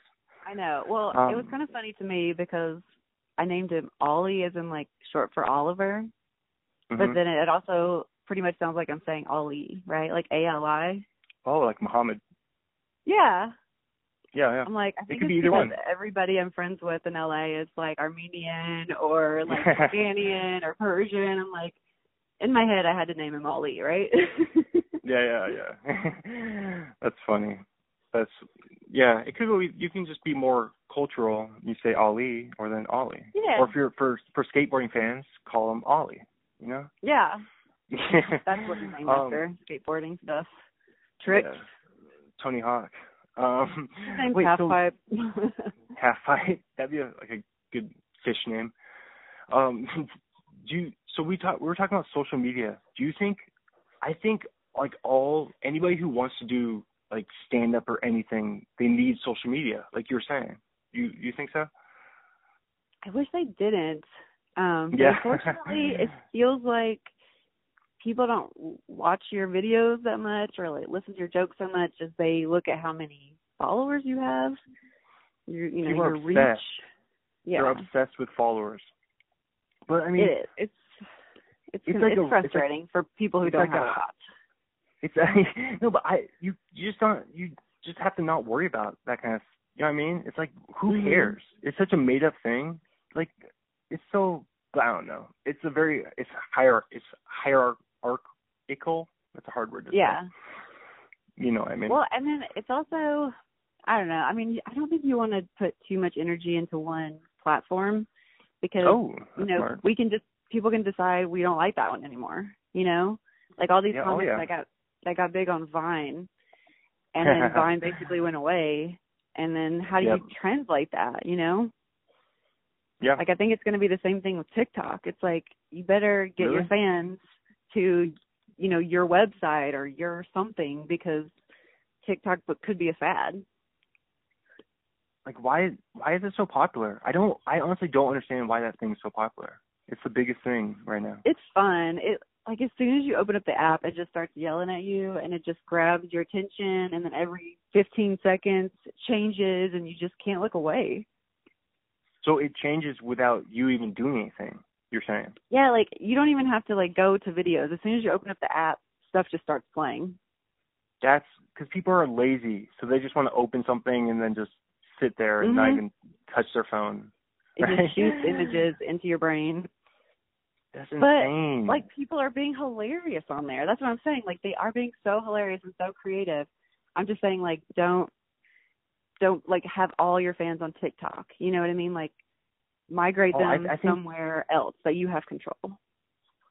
I know. Well, it was
Um,
kind of funny to me because I named him Ollie as in like short for Oliver, but
Mhm.
then it also pretty much sounds like I'm saying Ollie, right? Like A L I.
oh, like Muhammad.
Yeah.
Yeah, yeah.
I'm like, I think
could
it's
be either
because
one.
everybody I'm friends with in LA is like Armenian or
[LAUGHS]
like Albanian or Persian. I'm like, in my head, I had to name him Ollie, right?
[LAUGHS]
[LAUGHS]
yeah, yeah, yeah. [LAUGHS] That's funny. That's yeah. It could always, you can just be more cultural. You say Ali or then Ollie.
Yeah.
Or if you're for for skateboarding fans, call him Ollie. You know.
yeah.
[LAUGHS]
That's what he's
Um,
named after skateboarding stuff, tricks,
yeah. Tony Hawk. Um,
things,
wait,
half
so
pipe. [LAUGHS]
half fight. [LAUGHS] That'd be a, like a good fish name. Um, [LAUGHS] do you, so we talk. We were talking about social media. Do you think? I think like all anybody who wants to do like stand up or anything, they need social media. Like you were saying. You you think so?
I wish they didn't. Um, but
Yeah.
Unfortunately,
[LAUGHS]
it feels like people don't w- watch your videos that much or like listen to your jokes so much as they look at how many followers you have. Your you know
People are
your reach.
obsessed.
Yeah,
They're obsessed with followers. But I mean,
it is. It's it's
It's
it's,
like a- it's like-
frustrating for people who
it's like
don't have
a-
a lot.
It's [LAUGHS] no, but I you you just don't you just have to not worry about that kind of you know what I mean. It's like who
Mhm.
cares? It's such a made up thing. Like it's so I don't know. It's a very it's hierarch it's hierarchical. That's a hard word. To say.
Yeah.
You know what I mean.
Well, and then it's also, I don't know. I mean, I don't think you want to put too much energy into one platform because
oh,
you
that's
know
smart.
we can just people can decide we don't like that one anymore. You know, like all these
Yeah, oh,
comics
yeah.
that got that got big on Vine,
[LAUGHS]
and then Vine basically went away. And then how do
Yep.
you translate that? You know,
yeah.
like I think it's going to be the same thing with TikTok. It's like you better get your
Really?
fans to you know your website or your something because TikTok but could be a fad.
like why why is it so popular? I don't I honestly don't understand why that thing's so popular. It's the biggest thing right now.
It's fun. It like as soon as you open up the app, it just starts yelling at you and it just grabs your attention and then every 15 seconds it changes and you just can't look away.
So it changes without you even doing anything. You're saying.
Yeah, like you don't even have to like go to videos. As soon as you open up the app, stuff just starts playing.
that's because people are lazy, so they just want to open something and then just sit there and not
Mhm.
even touch their phone.
It
Right.
just shoots images into your brain.
That's
But,
insane.
like people are being hilarious on there. That's what I'm saying. Like they are being so hilarious and so creative. I'm just saying like don't don't like have all your fans on TikTok. You know what I mean? Like migrate
Oh, I-
them
I think- Oh,
somewhere else that you have control.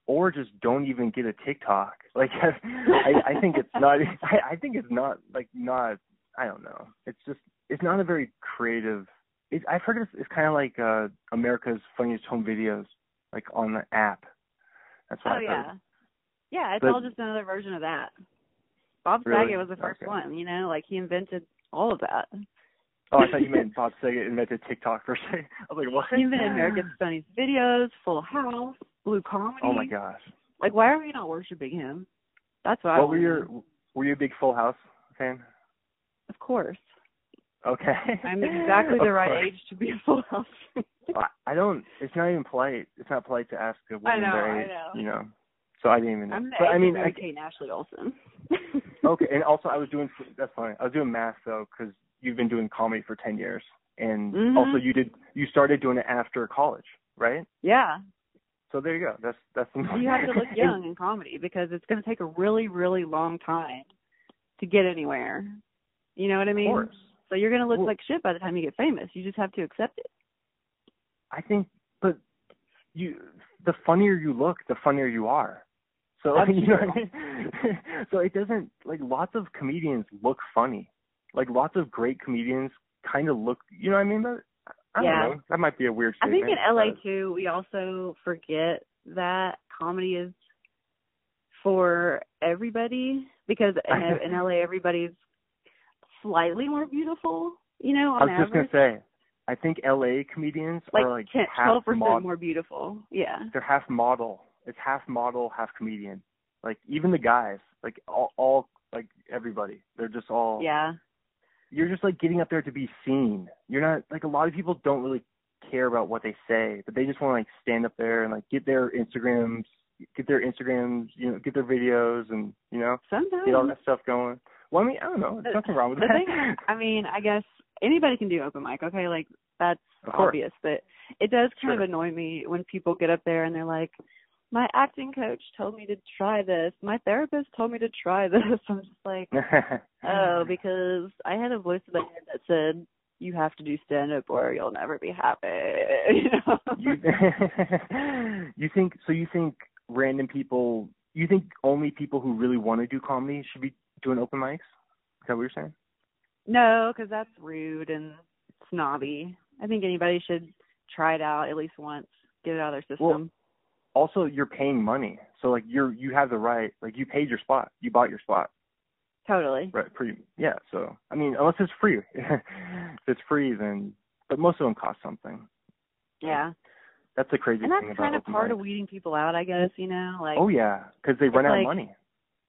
or just don't even get a TikTok. [LAUGHS] Like, I, I think
[LAUGHS]
it's not. I, I think it's not like not. I don't know. It's just it's not a very creative. It, I've heard it's, it's kind of like uh America's Funniest Home Videos, like on the app. That's what
oh
I've
yeah.
heard.
Yeah, it's
But-
all just another version of that. Bob
Really?
Saget was the first
Okay.
one, you know, like he invented all of that.
Oh, I thought you meant Bob Saget invented TikTok for a second. [LAUGHS] I was like, what?
He invented America's Funniest Videos, Full House, Blue Comedy.
Oh my gosh.
Like why are we not worshiping him? That's what, I
What were
wanna
your
know.
were you a big Full House fan?
Of course.
Okay.
I'm exactly
[LAUGHS]
the
Of
right
course.
age to be a full house.
I- I don't. It's not even polite. It's not polite to ask a woman
know,
their
I
age.
know.
You know. So I didn't even. Know.
I'm gonna
but I mean, I,
Mary Kate Ashley Olsen. [LAUGHS]
[LAUGHS] okay. And also, I was doing that's fine. I was doing math though, because you've been doing comedy for ten years, and
Mhm.
also you did you started doing it after college, right? [LAUGHS]
Yeah.
So there you go. That's that's. the-
You have
[LAUGHS]
to look
and-
young in comedy because it's going to take a really, really long time to get anywhere. You know what I mean?
Of course.
So you're going to look
Well-
like shit by the time you get famous. You just have to accept it.
I think, but you, the funnier you look, the funnier you are. So [LAUGHS]
That's
you know, what I mean? [LAUGHS] so it doesn't like lots of comedians look funny. Like lots of great comedians kind of look. You know what I mean? But I don't
Yeah.
know. That might be a weird.
I think in
statement,
LA
but-
too, we also forget that comedy is for everybody because in, in LA everybody's slightly more beautiful. You know,
I
on
was just
average,
gonna say, I think LA comedians are like
10
half
12%
mod-
more beautiful. Yeah.
They're half model. It's half model, half comedian. Like even the guys, like all, all like everybody, they're just all
Yeah.
you're just like getting up there to be seen. You're not like a lot of people don't really care about what they say, but they just want to like stand up there and like get their Instagrams, get their Instagrams, you know, get their videos and you know
Sometimes
get all that stuff going. Well, I mean, I don't know. There's nothing wrong with
Hmm.
that.
the thing, I mean, I guess anybody can do open mic, okay? Like that's
Of course.
obvious, but it does kind of
Sure.
annoy me when people get up there and they're like, "My acting coach told me to try this. My therapist told me to try [LAUGHS] this." I'm just like,
[LAUGHS]
"Oh, because I had a voice in my head that said you have to do stand up or you'll never be happy." [LAUGHS] you know? [LAUGHS]
you, [LAUGHS] you think so? You think random people? You think only people who really want to do comedy should be doing open mics? Is that what you're saying?
No, because that's rude and snobby. I think anybody should try it out at least once, get it out of their system.
Well, also you're paying money so like you're you have the right like you paid your spot you bought your spot
totally.
right pre yeah so i mean unless it's free [LAUGHS] if it's free then but most of them cost something
Yeah.
that's the crazy
and
thing
that's
about
kind of
open
part
mics.
of weeding people out, I guess. You know, like
oh yeah because they
it's
run out
like-
of money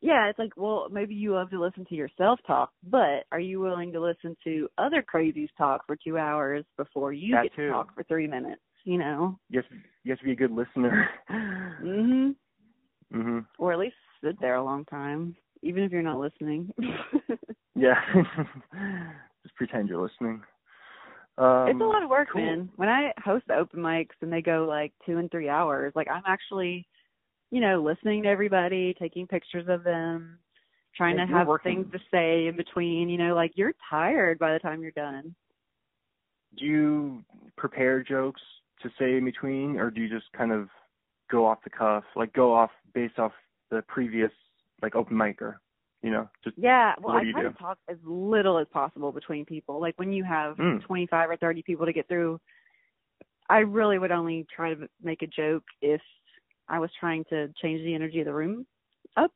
yeah, it's like well, maybe you love to listen to yourself talk, but are you willing to listen to other crazies talk for two hours before you
That
get
too.
to talk for three minutes? You know,
you have, you have to be a good
[LAUGHS]
listener
hmm
mhm
or at least sit there a long time, even if you're not listening. [LAUGHS]
yeah [LAUGHS] just pretend you're listening um,
it's a lot of work,
cool.
man. When I host the open mics and they go like two and three hours, like I'm actually, you know, listening to everybody, taking pictures of them, trying
Yeah,
to
you're
have
working.
things to say in between. You know, like you're tired by the time you're done.
do you prepare jokes to say in between or do you just kind of go off the cuff like go off based off the previous like open micer you know just
Yeah, well,
What
I
do you
try
do?
to talk as little as possible between people. Like when you have
Mm.
25 or 30 people to get through, I really would only try to make a joke if I was trying to change the energy of the room up.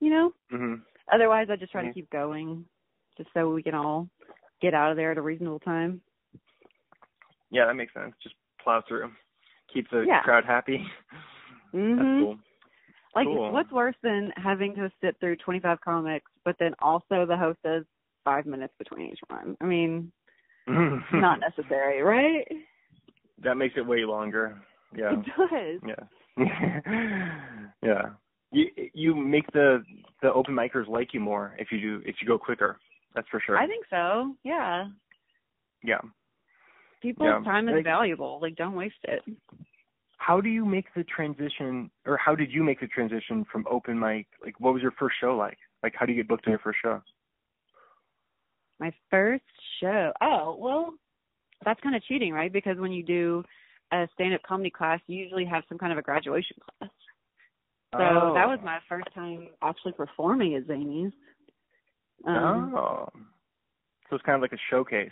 You know.
hmm
Otherwise, I just try
Yeah.
to keep going, just so we can all get out of there at a reasonable time.
yeah that makes sense just plow through keep the
Yeah.
crowd happy [LAUGHS]
hmm
that's cool
Like,
Cool.
what's worse than having to sit through 25 comics, but then also the host does five minutes between each one? I
[LAUGHS]
mean, not necessary, right?
that makes it way longer yeah
It does.
yeah [LAUGHS] yeah you you make the the open micers like you more if you do if you go quicker that's for sure
I think so. Yeah.
yeah
People's
Yeah.
time is
Like-
valuable. Like, don't waste it.
how do you make the transition or how did you make the transition from open mic like what was your first show like like how do you get booked on your first show
My first show. Oh, well, that's kind of cheating, right? Because when you do a stand-up comedy class, you usually have some kind of a graduation class. So
oh.
that was my first time actually performing at Zany's. Um,
oh so it's kind of like a showcase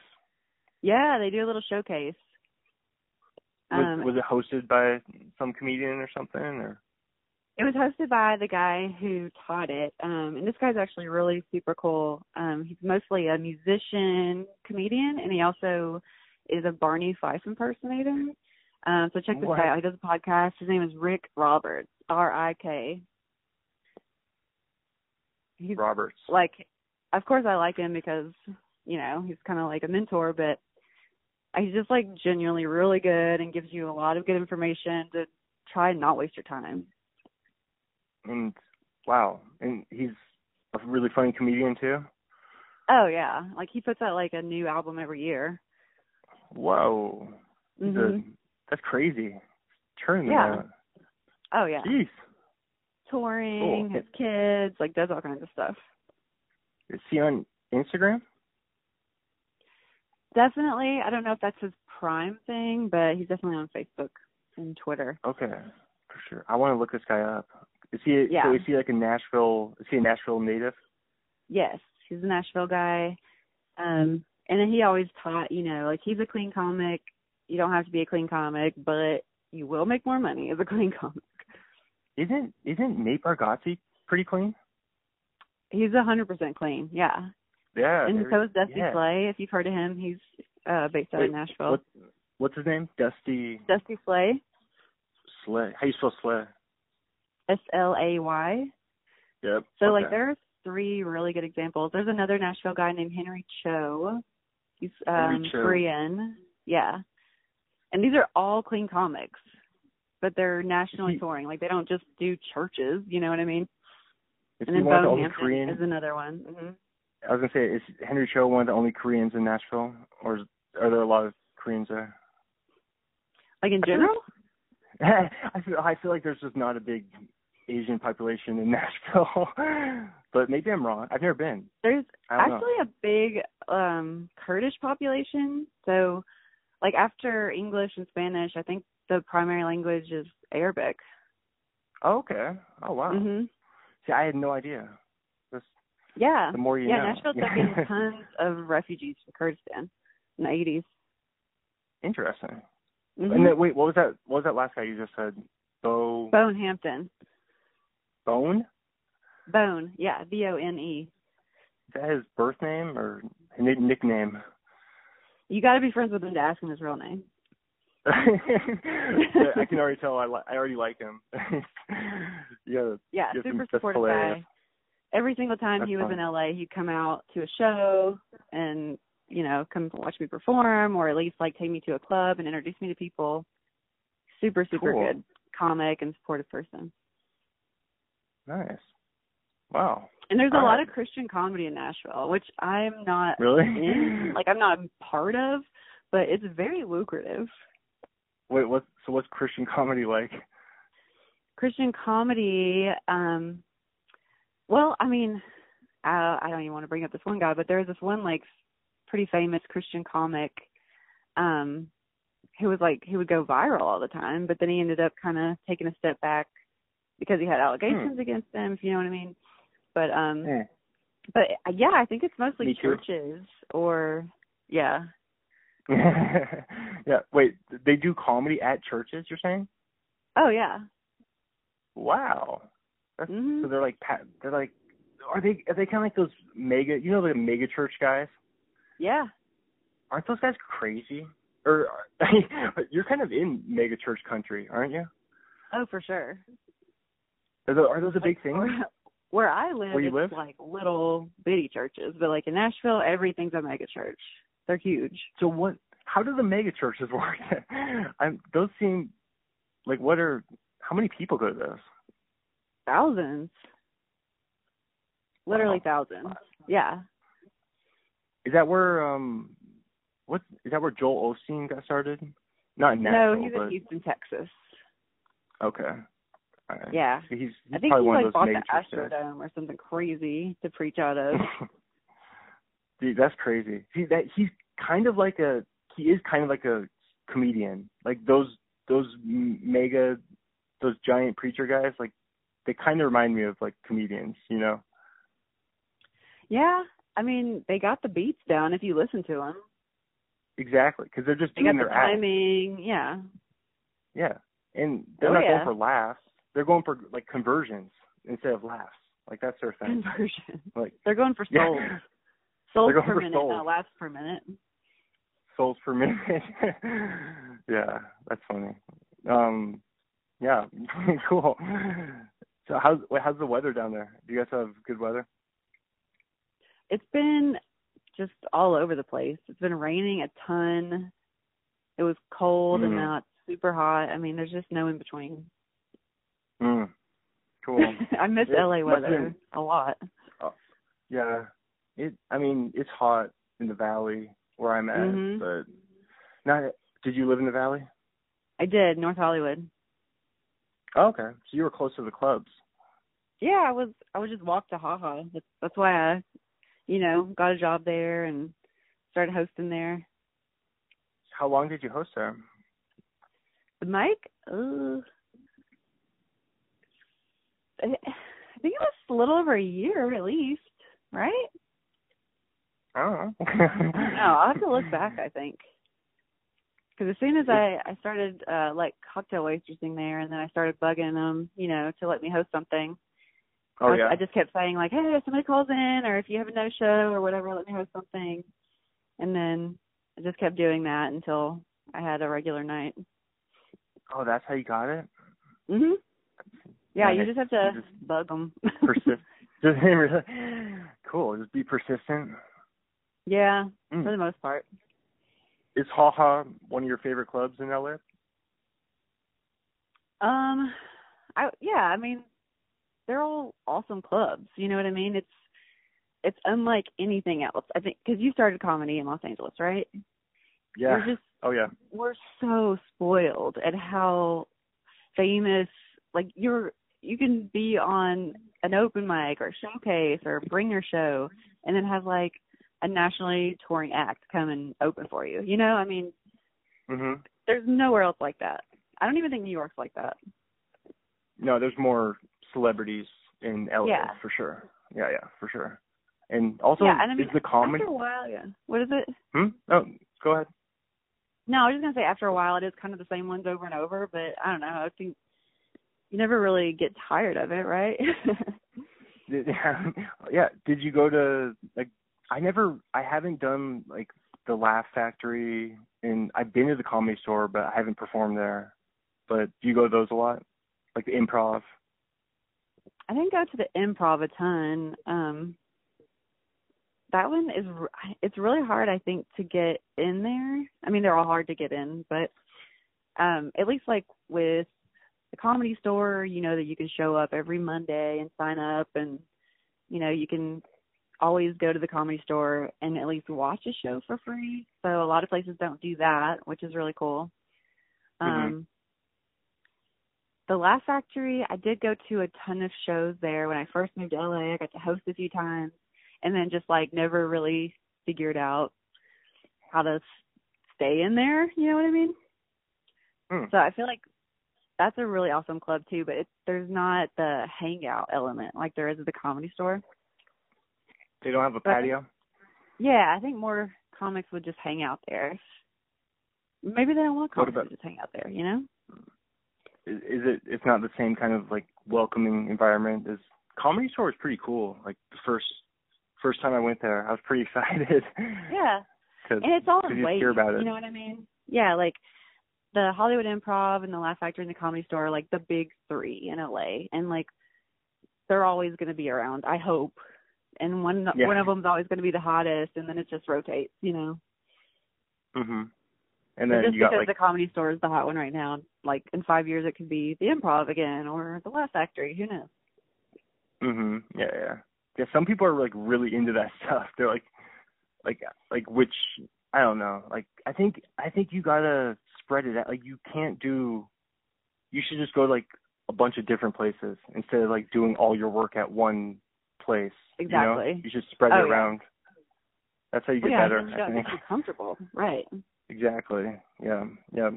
Yeah, they do a little showcase.
was,
Um,
was it hosted by some comedian or something or
it was hosted by the guy who taught it, um, and this guy's actually really super cool. Um, he's mostly a musician, comedian, and he also is a Barney Fife impersonator. Um, so check this
What?
guy out. He does a podcast. His name is Rick Roberts, R I K. He's
roberts
like of course I like him because you know he's kind of like a mentor, but he's just like genuinely really good and gives you a lot of good information to try and not waste your time.
and wow, and he's a really funny comedian too.
Oh yeah, like he puts out like a new album every year.
Whoa, He's a-
Mhm.
that's crazy. Turn
Yeah.
that.
Oh yeah,
Jeez, Cool.
touring, has kids, like does all kinds of stuff.
is he on Instagram?
Definitely, I don't know if that's his prime thing, but he's definitely on Facebook and Twitter.
Okay, for sure. I want to look this guy up. Is he?
Yeah.
So is he like a Nashville? Is he a Nashville native?
Yes, he's a Nashville guy. Um, and then he always taught, you know, like he's a clean comic. You don't have to be a clean comic, but you will make more money as a [LAUGHS] clean comic.
Isn't Isn't Nate Bargatze pretty clean?
He's a hundred percent clean, yeah.
Yeah.
and
Oh, there-
so is Dusty
yeah.
Slay. If you've heard of him, he's uh based out
Wait,
of Nashville.
what- What's his name? Dusty
Dusty Slay,
Slay. How you spell Slay?
S L A Y.
Yep.
So
okay.
like there's three really good examples. There's another Nashville guy named Henry Cho. He's um
Henry Cho.
Korean. Yeah. And these are all clean comics. But they're nationally
he-
touring. Like they don't just do churches, you know what I mean?
Is
and
he
then
one of the
Bo
only
Hampton
Korean?
is another one. hmm
I was gonna say, is Henry Cho one of the only Koreans in Nashville, or is, are there a lot of Koreans there? [LAUGHS]
Like in
I feel like-
general?
I feel I feel like there's just not a big Asian population in [LAUGHS] Nashville, but maybe I'm wrong. I've never been.
There's
I don't
actually a big um Kurdish population. So like after English and Spanish, I think the primary language is Arabic.
know. Oh, okay. Oh wow.
Mhm.
See, I had no idea. That's,
Yeah.
the more you
yeah,
know. [LAUGHS]
Nashville took in tons of refugees from Kurdistan in the 80s.
Interesting.
Mhm.
And then, wait, what was that? What was that last guy you just said? Bo
Bone Hampton.
Bone?
Bone, yeah, B O N E.
Is that his birth name or his nickname? [LAUGHS]
You got to be friends with him to ask him his real name.
I can already tell. I li- I already like him. [LAUGHS] yeah,
Yeah,
Yes,
super
that's
supportive
hilarious.
guy. Every single time he
That's
was
fun.
in LA, he'd come out to a show and, you know, come watch me perform or at least like take me to a club and introduce me to people. Super, super
Cool.
good comic and supportive person.
nice. Wow,
And there's a
All
lot
right.
of Christian comedy in Nashville, which I'm not
really? Mm-hmm.
in, like I'm not a part of, but it's very lucrative.
[LAUGHS] Wait, what? So what's Christian comedy like?
Christian comedy, um well, I mean, I I don't even want to bring up this one guy, but there was this one like pretty famous Christian comic um who was like he would go viral all the time, but then he ended up kind of taking a step back because he had allegations
Hmm.
against him, if you know what I mean. But um
Eh,
but uh, yeah, I think it's mostly
Me too.
churches or yeah.
[LAUGHS] yeah. Wait, they do comedy at churches. You're saying?
Oh yeah.
Wow. That's,
Mhm.
So they're like pa- they're like are they are they kind of like those mega you know the mega church guys?
Yeah.
Aren't those guys crazy? Or [LAUGHS] you're kind of in mega church country, aren't you?
Oh, for sure.
Are those, are those a big thing?
Where- [LAUGHS] Where I live,
Where you live?
it's like little bitty churches, but like in Nashville, everything's a mega church. They're huge.
So what? How do the mega churches [LAUGHS] work? I'm, those seem like what are how many people go to those?
Thousands. Literally
Wow.
thousands. Yeah.
Is that where um what is that where Joel Osteen got started? Not in
no,
Nashville,
he's
but
in Houston, Texas.
okay. All right.
Yeah.
So he's, he's
I think
probably
he
one of
like
those
bought
mega
the
church guys.
Astrodome or something crazy to preach out of. [LAUGHS]
Dude, that's crazy. See that he's kind of like a he is kind of like a comedian. Like those those m- mega those giant preacher guys, like they kind of remind me of like comedians, you know.
yeah. I mean, they got the beats down if you listen to them.
Exactly, because they're just
They
doing
got the
their act.
timing. Yeah.
Yeah, and they're
Oh,
not
yeah.
going for laughs. They're going for like conversions instead of laughs. Like that's their thing.
[LAUGHS] Conversion.
Like
They're going for
yeah, [LAUGHS]
souls. Souls
going
per
for
minute,
souls.
not laughs per minute.
souls per [LAUGHS] minute. yeah, that's funny. Um, yeah, [LAUGHS] cool. So how's wait, how's the weather down there? Do you guys have good weather?
it's been just all over the place. It's been raining a ton. It was cold
Mhm.
and now it's super hot. I mean, there's just no in between.
Mm. Cool. [LAUGHS]
[LAUGHS] I miss
It
LA
must've
weather a lot.
Yeah. It. I mean, it's hot in the valley where I'm at,
Mhm.
but not. Did you live in the valley?
I did North Hollywood.
Oh, okay. So you were close to the clubs.
Yeah, I was. I would just walk to HaHa. That's, that's why I, you know, got a job there and started hosting there.
How long did you host there?
The mic, uh, [SIGHS] I I think it was a little over a year at least, right?
I [LAUGHS] don't know.
No, Oh, I'll have to look back. I think because as soon as I I started uh like cocktail waitressing there, and then I started bugging them, you know, to let me host something.
Oh
I,
yeah.
I just kept saying like, hey, if somebody calls in, or if you have a no show or whatever, let me host something. And then I just kept doing that until I had a regular night.
Oh, that's how you got it.
Mhm. Yeah, you
Nice.
just have to
You
bug [LAUGHS] them.
Persist. [LAUGHS] Just really cool. Just be persistent.
yeah,
Mm.
for the most part.
Is Ha Ha one of your favorite clubs in LA?
Um, I yeah, I mean, they're all awesome clubs. You know what I mean? It's it's unlike anything else. I think because you started comedy in Los Angeles, right?
Yeah.
We're just
oh yeah.
we're so spoiled at how famous like you're you can be on an open mic or showcase or bring your show and then have like a nationally touring act come and open for you. You know, I mean,
Mhm.
there's nowhere else like that. I don't even think New York's like that.
No, there's more celebrities in LA
Yeah.
for sure. Yeah, yeah, for sure. And also,
Yeah, and I mean,
is the comedy?
After a while, yeah. What is it?
Hmm? Oh, go ahead. [LAUGHS]
No, I was just gonna say after a while it is kind of the same ones over and over, but I don't know. I think you never really get tired of it, right? [LAUGHS]
Yeah, yeah. Did you go to like? I never. I haven't done like the Laugh Factory, and I've been to the Comedy Store, but I haven't performed there. But do you go to those a lot? Like the improv.
I didn't go to the improv a ton. Um that one is r- it's really hard I think to get in there. I mean they're all hard to get in, but um at least like with the comedy store, you know that you can show up every Monday and sign up and you know you can always go to the comedy store and at least watch a show for free. So a lot of places don't do that, which is really cool. Um
Mhm.
the Last Factory, I did go to a ton of shows there when I first moved to LA. I got to host a few times and then just like never really figured out how to s- stay in there, you know what I mean?
Hmm.
So I feel like that's a really awesome club too, but it, there's not the hangout element like there is at the comedy store.
They don't have a
but-
patio.
Yeah, I think more comics would just hang out there. Maybe they don't want
What
comics
about-
to just hang out there,
[LAUGHS]
you know?
Is, is it? It's not the same kind of like welcoming environment as Comedy Store is pretty cool. Like the first first time I went there, I was pretty [LAUGHS] excited.
Yeah.
[LAUGHS] 'Cause-
and it's all
Did
in
you
waves.
hear about it?
You know what I mean? Yeah, like the Hollywood Improv and the Laugh Factory and the Comedy Store are like the big three in LA, and like they're always going to be around. I hope, and one
Yeah.
one of them's always going to be the hottest, and then it just rotates. You know,
Mhm. And
So
then
just
you got
because
like
the Comedy Store is the hot one right now, like in five years it could be the Improv again or the Laugh Factory. Who knows?
Mhm. Yeah, yeah. Yeah, some people are like really into that [LAUGHS] stuff. They're like like like which I don't know. Like I think I think you got to spread it out. Like you can't do you should just go like a bunch of different places instead of like doing all your work at one place. You, know?
Exactly.
you should spread
Oh,
it
yeah.
around. That's how you get
yeah,
better.
then you
I
don't [LAUGHS]
think.
get too comfortable, right?
Exactly. Yeah. Yeah.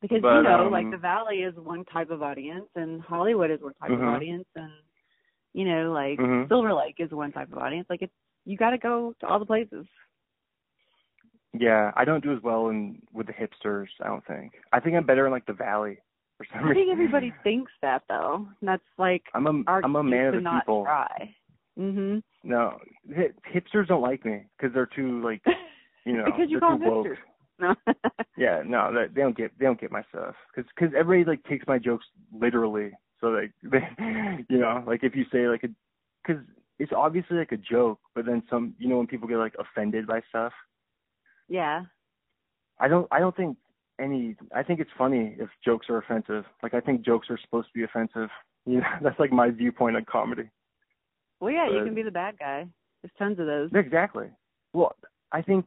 Because
But,
you know,
um,
like the Valley is one type of audience, and Hollywood is one type of
Mhm.
audience, and you know, like
Mhm.
Silver Lake is one type of audience. Like it's you got to go to all the places.
Yeah, I don't do as well in with the hipsters. I don't think. I think I'm better in like the valley for some
I
reason. [LAUGHS]
think everybody thinks that though. And That's like
I'm a
our
am a man of
excuse to
the
not
people.
try. Mhm.
No, hi- hipsters don't like me because they're too like
[LAUGHS]
you know
because you
they're
call
too
them
woke.
hipsters. [LAUGHS] No. [LAUGHS]
Yeah, no, they, they don't get they don't get my stuff because because everybody like takes my jokes literally. So like [LAUGHS] they, you know like if you say like a because it's obviously like a joke, but then some you know when people get like offended by stuff.
yeah.
I don't I don't think any I think it's funny if jokes are offensive. [LAUGHS] Like I think jokes are supposed to be offensive. You know, that's like my viewpoint on comedy.
Well, yeah, you
But-
can be the bad guy. There's tons of those.
Exactly. Well, I think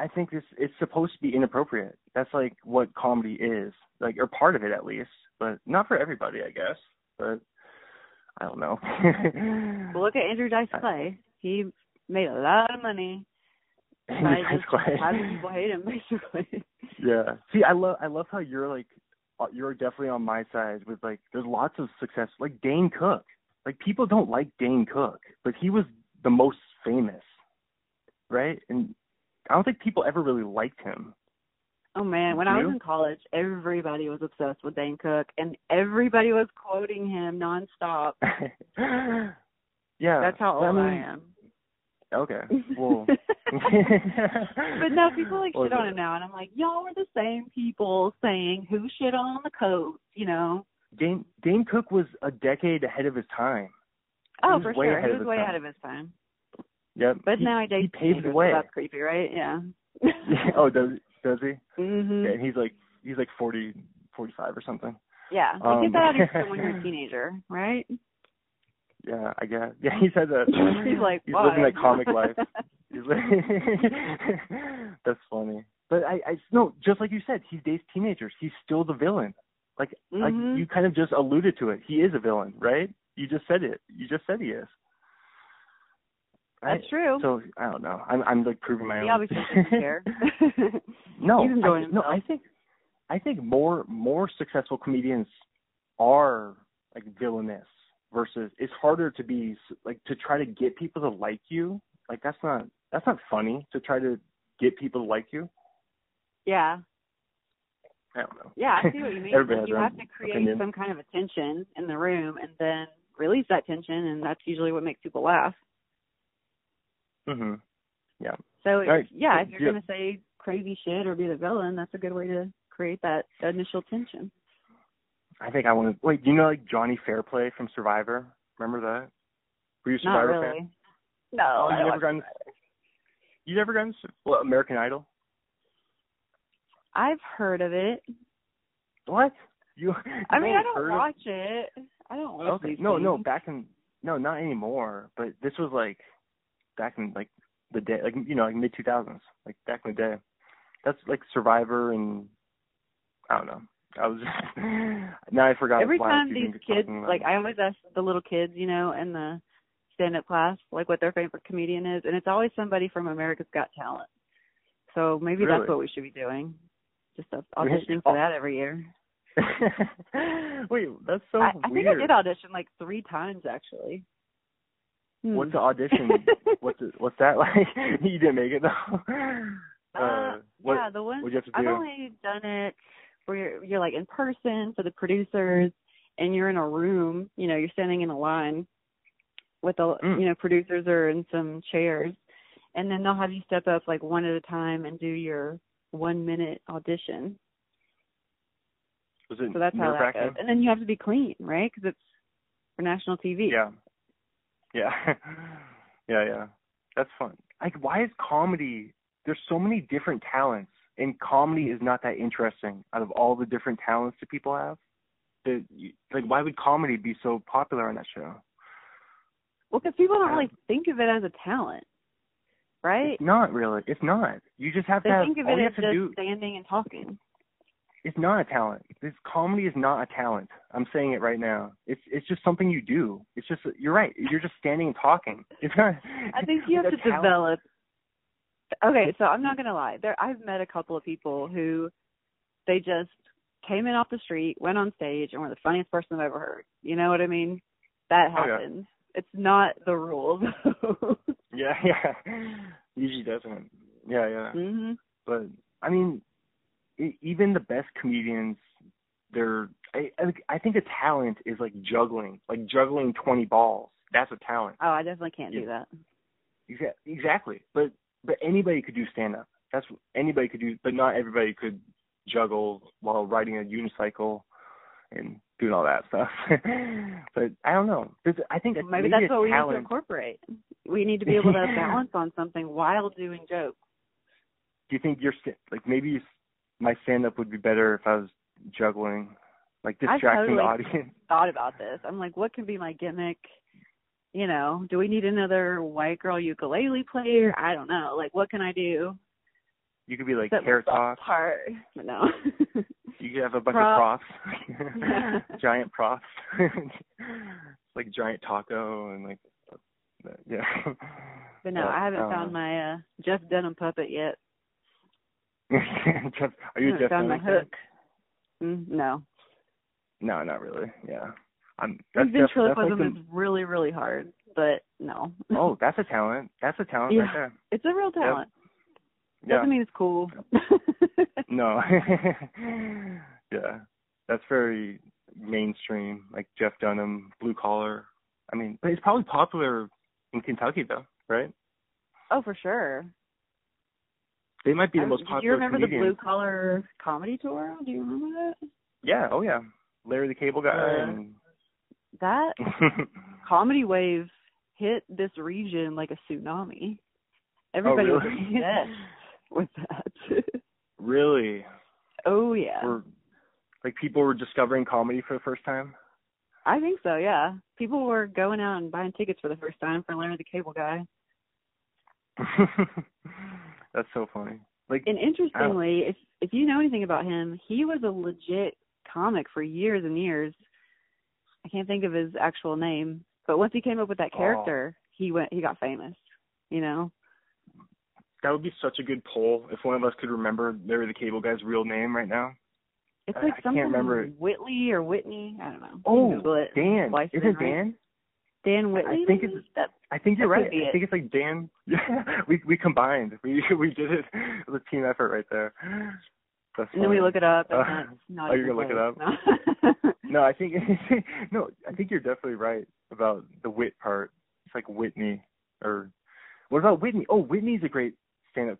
I think this it's supposed to be inappropriate. That's like what comedy is, like or part of it at least, but not for everybody, I guess. But I don't know.
[LAUGHS]
[LAUGHS]
Well, look at Andrew Dice
I-
Clay. He made a lot of money by
That's
just
why-
[LAUGHS] having people hate him, basically.
[LAUGHS]
[LAUGHS]
Yeah. See, I love I love how you're like uh, you're definitely on my side with like there's lots of success like Dane Cook. Like people don't like Dane Cook, but he was the most famous, right? And I don't think people ever really liked him.
Oh man, when I was
You?
in college, everybody was obsessed with Dane Cook, and everybody was quoting him nonstop.
[LAUGHS] yeah.
That's how old
Uh, I,
I,
mean,
am.
Okay. [LAUGHS] Well.
[LAUGHS]
[LAUGHS]
but no, people like
Well,
shit on him now, and I'm like, y'all were the same people saying who shit on the coat, you know?
Dane Dane Cook was a decade ahead of his time.
Oh,
was
for
way
sure,
ahead
he
of
was
his
way
time.
ahead of his time.
Yep.
But
he,
now he dates
he paved the
teenagers, so
way.
That's creepy, right? Yeah.
[LAUGHS]
[LAUGHS]
oh, does does he?
hmm
Yeah, and he's like he's like forty, forty-five or something.
Yeah, like
Um,
get that out of your system when
[LAUGHS]
you're a teenager, right?
Yeah, I guess. Yeah, he said that.
[LAUGHS] He's like,
he's
"Why?"
living that comic
[LAUGHS]
life. He's li- [LAUGHS] That's funny. But I, I no, just like you said, he dates teenagers. He's still the villain. Like, like
Mhm.
you kind of just alluded to it. He is a villain, right? You just said it. You just said he is. Right?
That's true.
So I don't know. I'm I'm like proving my
he
own.
obviously
[LAUGHS]
doesn't care. [LAUGHS]
No,
He's enjoying
I, no, I think I think more more successful comedians are like villainous versus it's harder to be s- like to try to get people to like you. Like that's not that's not funny to try to get people to like you.
yeah,
I don't know.
yeah, I see what you mean.
Everybody
Like,
has
you
their
have
own
to create
opinion.
some kind of attention in the room, and then release that tension, and that's usually what makes people laugh.
Mhm. Yeah.
So if,
Right.
yeah, if
Yeah.
you're gonna say crazy shit or be the villain, that's a good way to create that initial tension.
I think I want to wait. Do you know like Johnny Fairplay from Survivor? Remember that? Were you a
Not
Survivor
really.
fan?
No,
Oh,
I
you never
watched-
gotten you never gotten Sur- well, American Idol?
I've heard of it.
What? You?
I
you
mean,
never
I don't
heard of-
watch it. I don't watch
Okay.
these
No, no,
things.
back in no, not anymore. But this was like back in like the day, like you know, like mid two thousands, like back in the day. That's like Survivor and I don't know. I was [LAUGHS] now I forgot.
Every
why
time
I
these kids, like I always ask the little kids, you know, in the stand-up class, like what their favorite comedian is, and it's always somebody from America's Got Talent. So maybe
Really?
that's what we should be doing, just au-
Really? Oh.
auditioning for that every year.
I [LAUGHS] wait, that's so
I, I think I
weird.
did audition like three times actually. Hmm.
What's the
[LAUGHS]
audition? what's it, what's that [LAUGHS] like? you didn't make it though.
Uh,
what
yeah, the one
what'd you have to
I've
do?
only done it where you're, you're like in person for the producers, and you're in a room. You know, you're standing in a line with the
Mm.
you know producers are in some chairs, and then they'll have you step up like one at a time and do your one minute audition.
was it
So that's how that
nerve-wracking?
goes. And then you have to be clean, right? Because it's for national TV.
Yeah. Yeah. [LAUGHS] yeah, yeah. That's fun. Like why is comedy there's so many different talents and comedy is not that interesting out of all the different talents that people have. That you- like why would comedy be so popular on that show?
Well, because people don't
Yeah.
really think of it as a talent, right?
It's not really. It's not. You just have
They
to have,
think of
all
it
you
as
have to
just
do
standing and talking.
it's not a talent. This comedy is not a talent. I'm saying it right now. It's it's just something you do. It's just you're right. You're just standing and talking. It's not
I think you
[LAUGHS]
have
it's
to
a talent.
develop. Okay, so I'm not gonna lie. There, I've met a couple of people who they just came in off the street, went on stage, and were the funniest person I've ever heard. You know what I mean? That
Oh, yeah.
happens. It's not the [LAUGHS] rule.
[LAUGHS] Yeah, yeah. Usually doesn't. Yeah, yeah.
hmm
But I mean, e even the best comedians, they're. I I think- I think a talent is like juggling, like juggling twenty balls. That's a talent.
Oh, I definitely can't do that.
Exa- Exactly. But but anybody could do stand up. That's what- anybody could do. But not everybody could juggle while riding a unicycle and doing all that stuff. [LAUGHS] but I don't know. There's, I think a,
Maybe
maybe
that's
a
what we need to
talent.
incorporate. We need to be able to
[LAUGHS]
balance on something while doing jokes.
do you think your sta- like maybe s- my stand up would be better if I was juggling like distracting
totally-
the audience.
thought about this. I'm like, what can be my gimmick? You know, do we need another white girl ukulele player? I don't know. Like, what can I do?
You could be like
that
hair
looks all
talk.
Part, but no. [LAUGHS]
You could have a bunch
Props.
of props, [LAUGHS]
Yeah. [LAUGHS]
giant props, like giant taco and like yeah. [LAUGHS]
but no,
Uh,
I haven't
uh,
found my uh Jeff Dunham puppet yet.
Jeff, are you
I
a
haven't
Jeff
found my
Dunham fan?
hook. Mm, no,
No, not really. Yeah, I'm.
His
That's def- that's like
ventriloquism
the,
is really, really hard, but no.
oh, that's a talent. That's a talent right
Yeah.
there.
[LAUGHS] it's a real talent.
Yeah.
Doesn't mean it's cool. [LAUGHS]
No. [LAUGHS] yeah. That's very mainstream, like Jeff Dunham, blue collar. I mean, but it's probably popular in Kentucky though, right?
oh, for sure.
They might be the
I-
most popular
Um, do you remember
comedians.
the blue collar comedy tour? Do you remember that?
Yeah, oh yeah. Larry the Cable Guy
Uh,
and
That comedy wave hit this region like a tsunami. Everybody
oh,
was
really?
obsessed [LAUGHS] with that.
[LAUGHS]
[LAUGHS]
really?
oh yeah.
Were, like people were discovering comedy for the first time? [LAUGHS]
I think so, yeah. People were going out and buying tickets for the first time for Larry the Cable Guy.
That's so funny. Like
And interestingly, if if you know anything about him, he was a legit comic for years and years. I can't think of his actual name, but once he came up with that
Oh.
character, he went he got famous, you know.
that would be such a good poll if one of us could remember Larry the Cable Guy's real name right now.
It's
I-
like
I can't
something
remember.
Whitney or Whitney. I don't know. You
Oh,
can Google it.
Dan.
Slice it
Is it
in, right?
Dan?
Dan Whitley.
think it's-
maybe? That-
I think you're
That could
right.
be
I
it.
think it's like Dan. [LAUGHS] Yeah, we we combined. We [LAUGHS] we did it. It was a team effort right there. That's
and then we
funny.
look it up, and
Uh, [LAUGHS]
that's not.
oh,
even
you're gonna
close. No.
No, I think [LAUGHS] no, I think you're definitely right about the wit part. It's like Whitney or what about Whitney? Oh, Whitney's a great stand-up.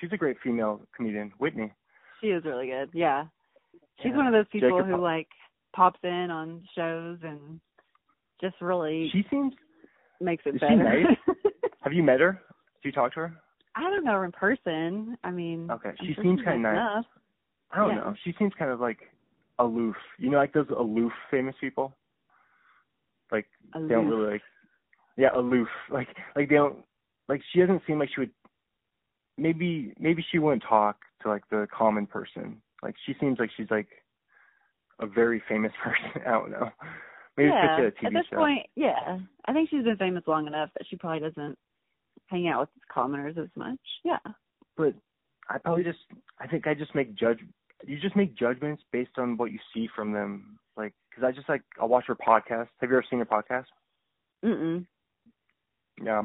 She's a great female comedian, Whitney.
[LAUGHS] she is really good. Yeah, she's
Yeah.
one of those people
Jacob
who
Pop-
like pops in on shows and just really
She seems.
makes it
is she
better.
Have you met her? Do you talk to her?
[LAUGHS] I don't know her in person. I mean,
Okay,
I'm
she
sure
seems
she's
kinda nice.
Enough.
I don't
Yeah.
know. She seems kind of like aloof. You know, like those aloof famous people. Like they don't
Aloof.
really like yeah aloof like like they don't like she doesn't seem like she would maybe maybe she wouldn't talk to like the common person like she seems like she's like a very famous [LAUGHS] person i don't know maybe
yeah.
it's because she had
At
a tv
this
show
point, yeah, I think she's been famous long enough that she probably doesn't hang out with commoners as much. Yeah.
but i probably just i think i just make judge you just make judgments based on what you see from them like because i just like i'll watch her podcast have you ever seen her podcast
Mm.
Yeah.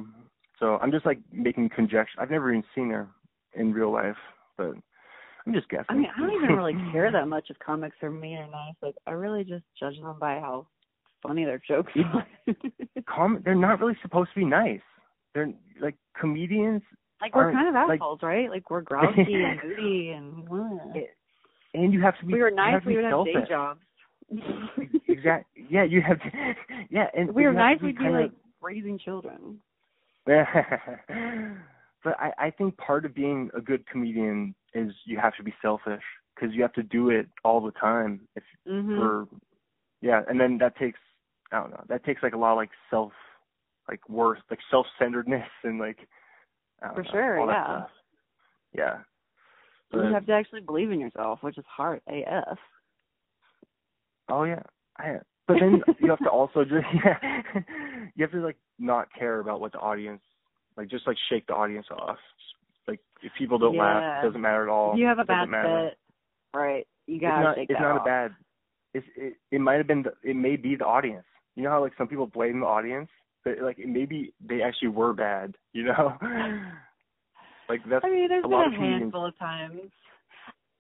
So I'm just like making conjecture. I've never even seen her in real life, but I'm just guessing.
I mean, I don't
[LAUGHS]
even really care that much if comics are mean or nice. Like, I really just judge them by how funny their jokes are. [LAUGHS]
Com- they're not really supposed to be nice. They're like comedians,
like, we're
Aren't-
kind of
like-
assholes, right?
[LAUGHS]
Like, we're grouchy and moody and. Ugh.
It- eh, and you have to
If
be.
we were
you have
nice,
to
we
be
would have day
selfish.
jobs.
Exactly. Yeah, you have. To, [LAUGHS] yeah, and
If [LAUGHS] we were
you have
nice,
to
we'd be
kinda-
like raising children.
[LAUGHS] but I, I think part of being a good comedian is you have to be selfish because you have to do it all the time if
Mm-hmm.
for yeah and then that takes i don't know that takes like a lot of like self like worth like self centeredness [LAUGHS] and like I don't
For
know,
sure,
all that
yeah.
stuff. yeah
you
But-
have to actually believe in yourself, which is hard AF.
oh yeah I, but
[LAUGHS]
then you have to also just [LAUGHS] yeah you have to like not care about what the audience like just like shake the audience off just, like if people don't laugh
Yeah.
it doesn't matter at all
If you have a bad
doesn't matter.
set, right? You
it's
gotta
not
shake
it's
that
not
off.
a bad it's it, it might have been the, it may be the audience you know how like some people blame the audience but like maybe they actually were bad [LAUGHS] you know like that's
I mean, there's
a
been
lot
a
of comedians-
handful of times,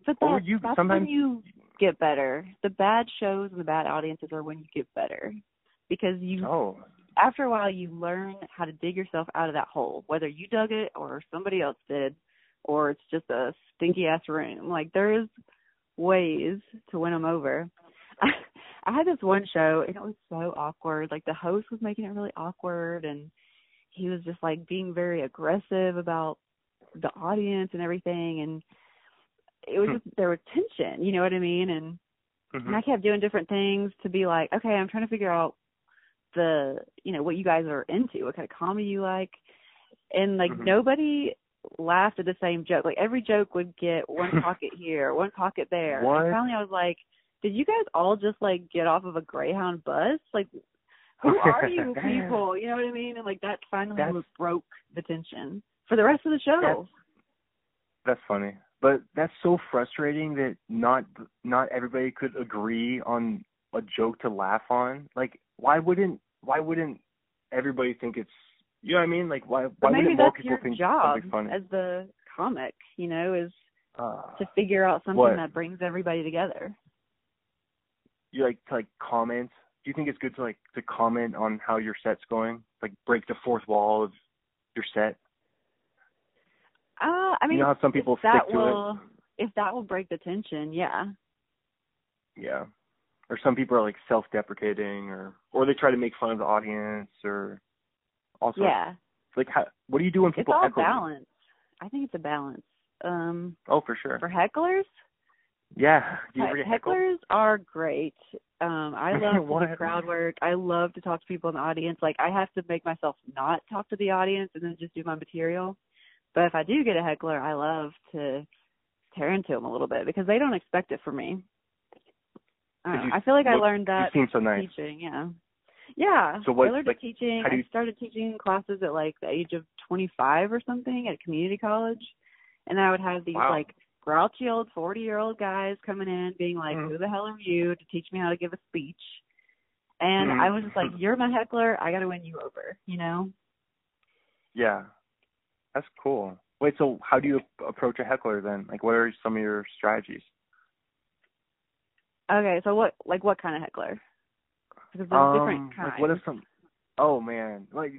but
Or
that,
you-
that's
sometimes-
when you get better. The bad shows and the bad audiences are when you get better, because you
oh
after a while you learn how to dig yourself out of that hole, whether you dug it or somebody else did, or it's just a stinky ass room. Like there is ways to win them over. [LAUGHS] I, I had this one show and it was so awkward. Like the host was making it really awkward and he was just like being very aggressive about the audience and everything and it was
Hmm.
just there was tension, you know what I mean? And
Mhm.
and I kept doing different things to be like, okay, I'm trying to figure out the you know what you guys are into, what kind of comedy you like, and like
Mhm.
nobody laughed at the same joke. Like every joke would
[LAUGHS]
get one pocket here, one pocket there. And
What?
finally, I was like, did you guys all just like get off of a Greyhound bus? Like,
[LAUGHS]
who are you people? You know what I mean? And like that finally
That's-
was- broke the tension for the rest of the show.
That's- That's funny, but that's so frustrating that not not everybody could agree on a joke to laugh on. Like, why wouldn't why wouldn't everybody think it's you know what I mean? Like, why
But
why
maybe
wouldn't more
that's
people
your
think
job
something funny?
as the comic, you know, is
uh,
to figure out something
What?
that brings everybody together.
you like to like comment? Do you think it's good to like to comment on how your set's going? Like, break the fourth wall of your set.
Uh, I mean,
you know how some people
if that
stick to
will
it.
if that will break the tension, yeah.
yeah or some people are like self deprecating or or they try to make fun of the audience or also
yeah.
like how what do you do when
It's
people
all
heckle you?
balance. I think it's a balance. Um
oh for sure
for hecklers,
yeah do you ever get
hecklers
heckled
are great. Um
[LAUGHS]
I love to do
What?
crowd work. I love to talk to people in the audience. Like I have to make myself not talk to the audience and then just do my material. But if I do get a heckler, I love to tear into them a little bit because they don't expect it from me. I don't
Did
know.
you
I feel like I
look-
learned
you
that
seem so nice
teaching, yeah. Yeah.
So what-
I learned
like,
teaching.
how do you-
I started teaching classes at like the age of 25 or something at community college. And I would have these
Wow.
like grouchy old 40 year old guys coming in being like,
Mhm.
who the hell are you to teach me how to give a speech? And
Mhm.
I was just like, you're my heckler. I got to win you over, you know?
yeah that's cool wait so how do you approach a heckler then like what are some of your strategies
Okay. So what, like what kind of heckler? Because there's
Um,
different kinds.
like what if some oh man like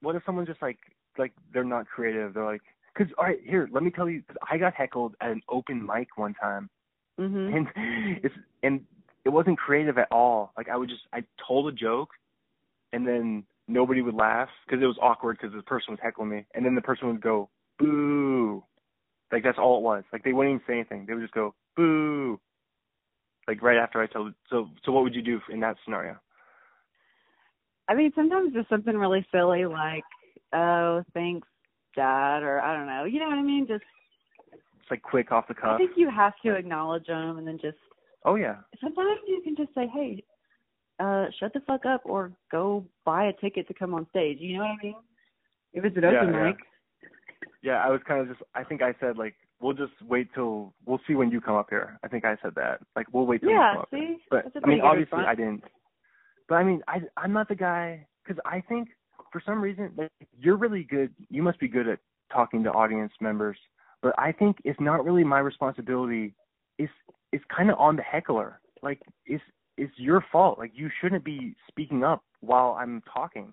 what if someone just like like they're not creative they're like because all right here let me tell you 'cause i got heckled at an open mic one time
hmm
and [LAUGHS] it's and it wasn't creative at all. Like I would just I told a joke, and then nobody would laugh because it was awkward because the person was heckling me, and then the person would go boo, like that's all it was. Like they wouldn't even say anything. They would just go boo, like right after I told. So so what would you do in that scenario?
I mean, sometimes just something really silly like, oh, thanks, Dad, or I don't know. You know what I mean? Just
It's like quick off the
I
cuff.
think you have to acknowledge them and then just
Oh yeah,
sometimes you can just say, hey, uh, shut the fuck up or go buy a ticket to come on stage. You know what I mean? If it's an
Yeah,
open
yeah.
mic.
yeah. I was kind of just. I think I said like we'll just wait till we'll see when you come up here. I think I said that. Like we'll wait till you
Yeah,
come up here.
see?
But
That's a
I mean,
pretty good
obviously,
response.
I didn't. But I mean, I I'm not the guy because I think for some reason like, you're really good. You must be good at talking to audience members. But I think it's not really my responsibility. It's it's kind of on the heckler. Like it's it's your fault. Like you shouldn't be speaking up while I'm talking.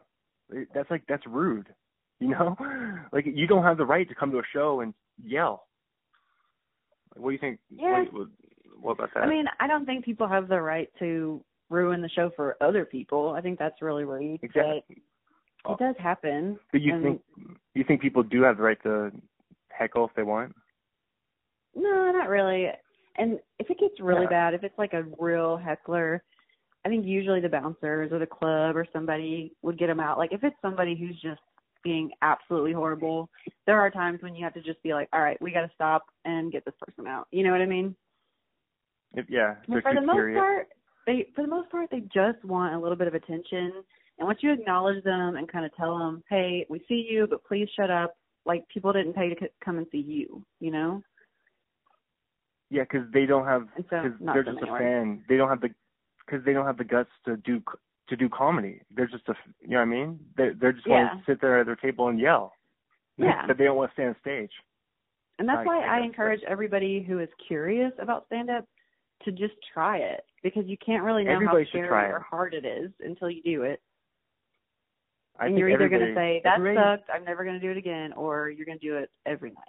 It- That's like that's rude. You [LAUGHS] know, like you don't have the right to come to a show and yell. Like, what do you think?
Yeah.
What, what, what about that?
I mean, I don't think people have the right to ruin the show for other people. I think that's really rude.
exactly.
But it does happen.
But you
and-
think you think people do have the right to heckle if they want?
No, not really. And if it gets really
Yeah.
bad, if it's like a real heckler, I think usually the bouncers or the club or somebody would get them out. Like if it's somebody who's just being absolutely horrible, there are times when you have to just be like, all right, we got to stop and get this person out. You know what I mean?
If, yeah, if
But
they're
for
too
the most
serious.
part, they for the most part they just want a little bit of attention. And once you acknowledge them and kind of tell them, hey, we see you, but please shut up. Like people didn't pay to c- come and see you, you know?
yeah, because they don't have
And so
because
not
they're
them
just
anywhere.
a fan. They don't have the because they don't have the guts to do c- to do comedy. They're just a you know what I mean. They they're just want
Yeah.
to sit there at their table and yell. [LAUGHS]
Yeah.
but they don't want to stay on stage.
And that's
I-
why
I
I,
guess,
encourage everybody who is curious about stand up to just try it because you can't really know
Everybody
how
should
scary
try it.
or hard it is until you do it.
I
and
think
you're either
everybody,
gonna say, That
everybody-
sucked, I'm never gonna do it again or you're gonna do it every night.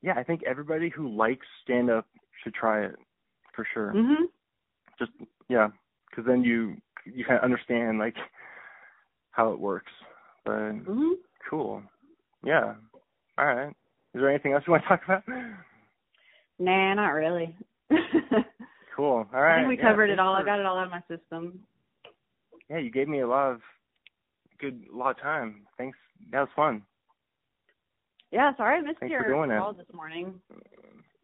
Yeah, I think everybody who likes stand up should try it for sure.
Mhm.
just yeah, because then you you kind of understand like how it works. But
Mhm.
cool, yeah. All right. Is there anything else you want to talk about?
Nah, not really. [LAUGHS]
Cool. All right.
I think we
yeah,
covered it
thanks
all. I
for-
got it all out of my system.
Yeah, you gave me a lot of good a lot of time. Thanks. That was fun.
Yeah, sorry I missed
Thanks for
your
doing it.
call this morning.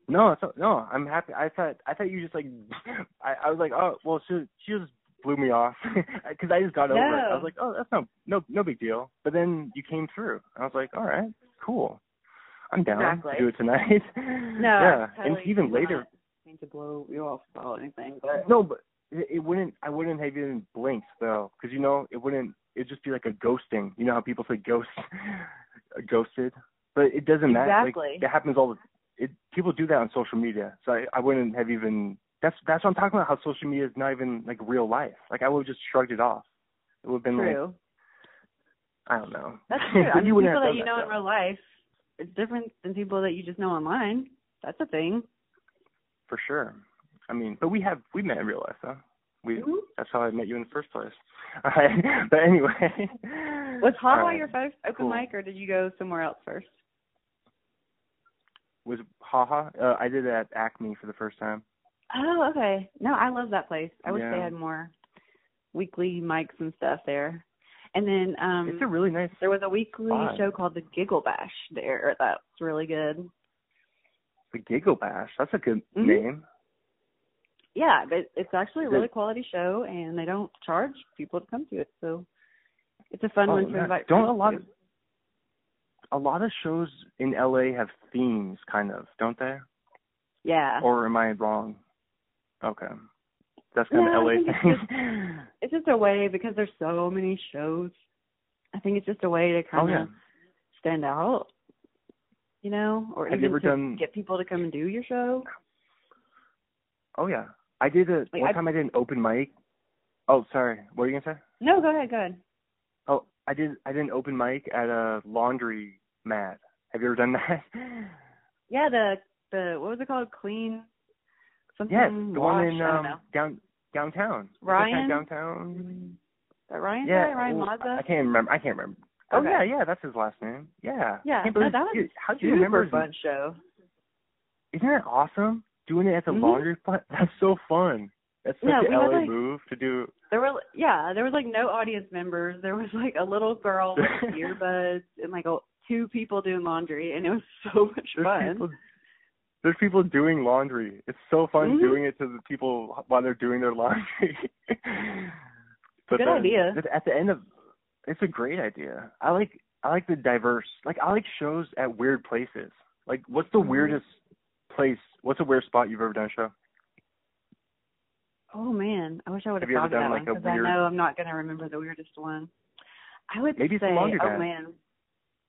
No, it's, no, I'm happy. I thought I thought you just like [LAUGHS] I, I was like, oh, well, she she just blew me off [LAUGHS] because I just got over it. I
No.
was like, oh, that's no no no big deal. But then you came through. I was like, all right, cool. I'm down
Exactly.
to do it tonight.
No,
[LAUGHS] yeah,
I
and
totally
even
not
later.
mean to blow you off about anything, but
No, but it, it wouldn't. I wouldn't have even blinked though, because you know it wouldn't. It'd just be like a ghosting. You know how people say ghost, [LAUGHS] ghosted, but it doesn't matter.
Exactly.
Like, it happens all the. It, people do that on social media, so I, I wouldn't have even. That's that's what I'm talking about. How social media is not even like real life. Like I would have just shrugged it off. It would have been like
true.
I don't know. [LAUGHS]
That's true. I
you
mean, people
wouldn't have
that
done
you know
that,
in
though.
real life is different than people that you just know online. That's a thing.
for sure. I mean, but we have we met in real life though. We
Mhm.
that's how I met you in the first place. [LAUGHS] All right. But anyway. Uh,
Was
All
Hawa
right.
your first open
Cool.
mic, or did you go somewhere else first?
was haha uh, i did it at acme for the first time
Oh, okay. No, I love that place. I wish they
Yeah.
had more weekly mics and stuff there. And then um
it's a really nice
there was a weekly
spot.
show called The Giggle Bash there. That's really good.
the giggle bash that's a good
Mhm.
name
Yeah, but it's actually a
Is it-
really quality show, and they don't charge people to come to it, so it's a fun
Oh,
one to
yeah.
invite.
don't
friends
a lot
to.
of a lot of shows in la have themes kind of don't they
yeah.
or am i wrong okay that's kind
No, I
of la
think it's
thing
it's just a way because there's so many shows. I think it's just a way to kind
[LAUGHS] oh
of
yeah
stand out, you know, or
Have you
even
ever
to
done-
get people to come and do your show.
oh yeah i did a
Like,
one
I-
time i did an open mic oh sorry what were you gonna say
No, go ahead, go ahead.
oh i did i did an open mic at a laundry mat have you ever done that
Yeah, the the what was it called? Clean something.
Yes, the one
wash,
in
I don't know.
um down downtown. Is that
Ryan?
Downtown.
Is that Ryan
yeah,
guy, Ryan
oh,
Mazza.
I- I can't remember. I can't remember. Oh
Okay.
yeah, yeah, that's his last name. Yeah.
Yeah,
I can't
no,
believe-
that was
dude, how do you
Super
remember? his-
fun show.
Isn't that awesome? Doing it at the
Mhm.
laundry plant. [LAUGHS] That's so fun. That's such
Yeah,
a
we had,
LA
like-
move to do.
There were yeah, there was like no audience members. There was like a little girl with
[LAUGHS]
earbuds and like a, two people doing laundry, and it was so much
There's
fun.
people. There's people doing laundry. It's so fun
Mhm.
doing it to the people while they're doing their laundry. [LAUGHS] but
Good
then-
idea.
but At the end of, it's a great idea. I like I like the diverse. Like I like shows at weird places. Like what's the
Mhm.
weirdest place? What's the weirdest spot you've ever done a show?
Oh man, I wish I would have
Have you ever
thought of that
done,
one
like, a
because
weird-
I know I'm not going to remember the weirdest one. I would
Maybe it's
say,
the laundry
oh
bag.
man,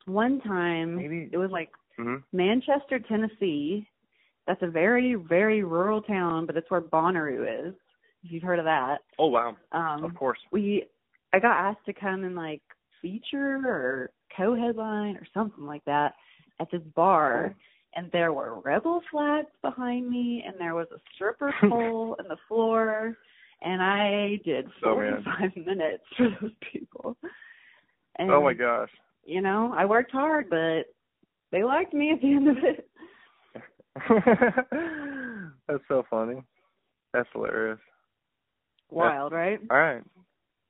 one time
Maybe-
Mm-hmm. it was like
hmm
Manchester, Tennessee. That's a very very rural town, but it's where Bonnaroo is. If you've heard of that,
Oh wow!
um,
of course.
we I got asked to come and like feature or co-headline or something like that at this bar, and there were rebel flags behind me, and there was a
[LAUGHS]
stripper pole on the floor, and I did
Oh, man.
45 [LAUGHS] minutes for those people. And,
oh my gosh. [LAUGHS]
You know, I worked hard, but they liked me at the end of it.
That's so funny. That's hilarious.
Wild, right?
All right.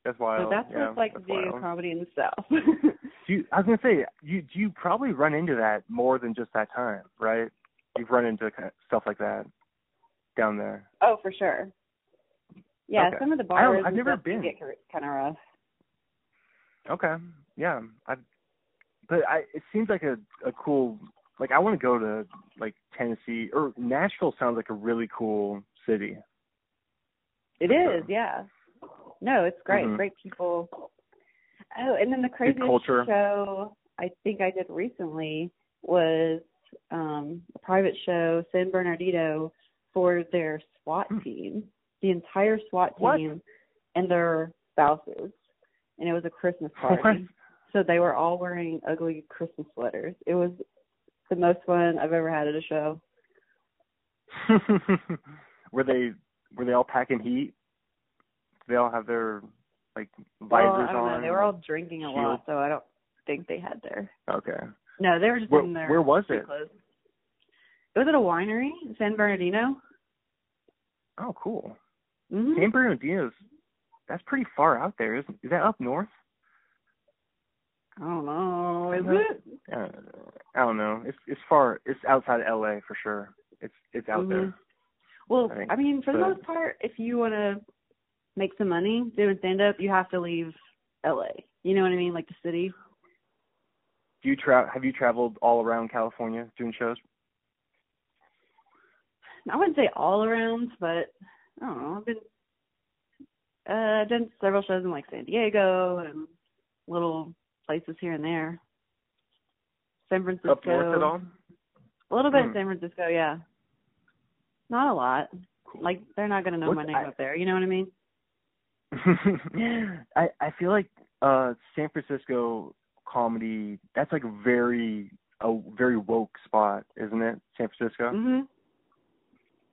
That's wild.
So that's
yeah,
what it's like to
that's
do
wild.
comedy in the [LAUGHS] South.
Do you, I was gonna say you do you probably run into that more than just that time, right? You've run into kind of stuff like that down there.
Oh, for sure. Yeah,
Okay.
some of the
I don't-
bars.
I've
and
never
stuff do
been.
Get kind of rough.
Okay, yeah. I, but I it seems like a a cool like I want to go to like Tennessee or Nashville sounds like a really cool city.
It
For
is, yeah. No, it's great.
Mhm.
Great people. Oh, and then the craziest
culture.
show I think I did recently was um a private show, San Bernardino, for their SWAT
Hmm.
team, the entire SWAT
What?
team, and their spouses, and it was a Christmas party.
[LAUGHS] What?
So they were all wearing ugly Christmas sweaters. It was the most fun I've ever had at a show.
were they were they all packing heat? They all have their like
Well,
visors
Oh, I don't
on.
know. They were all drinking a
shield.
lot, so I don't think they had their.
okay.
No, they were just
Where,
in their.
where was
street
it?
clothes. It was at a winery in San Bernardino.
Oh, cool.
Mm-hmm.
San Bernardino is that's pretty far out there. Is is that up north?
I don't know. Is
No.
it?
Uh, I don't know. It's it's far. It's outside LA for sure. It's it's out
Mhm.
there.
Well,
I think,
I mean, for the
but-
most part, if you want to make some money doing stand up, you have to leave LA. You know what I mean? Like the city.
Do you tra- Have you traveled all around California doing shows?
I wouldn't say all around, but I don't know. I've been uh I've done several shows in like San Diego and little places here and there. San Francisco.
Up north at all?
A little bit
Hmm.
in San Francisco, yeah. Not a lot.
Cool.
Like they're not gonna know
What's-
my name
I-
up there. You know what I mean?
[LAUGHS] I I feel like uh San Francisco comedy. That's like very a very woke spot, isn't it? San Francisco.
Mhm.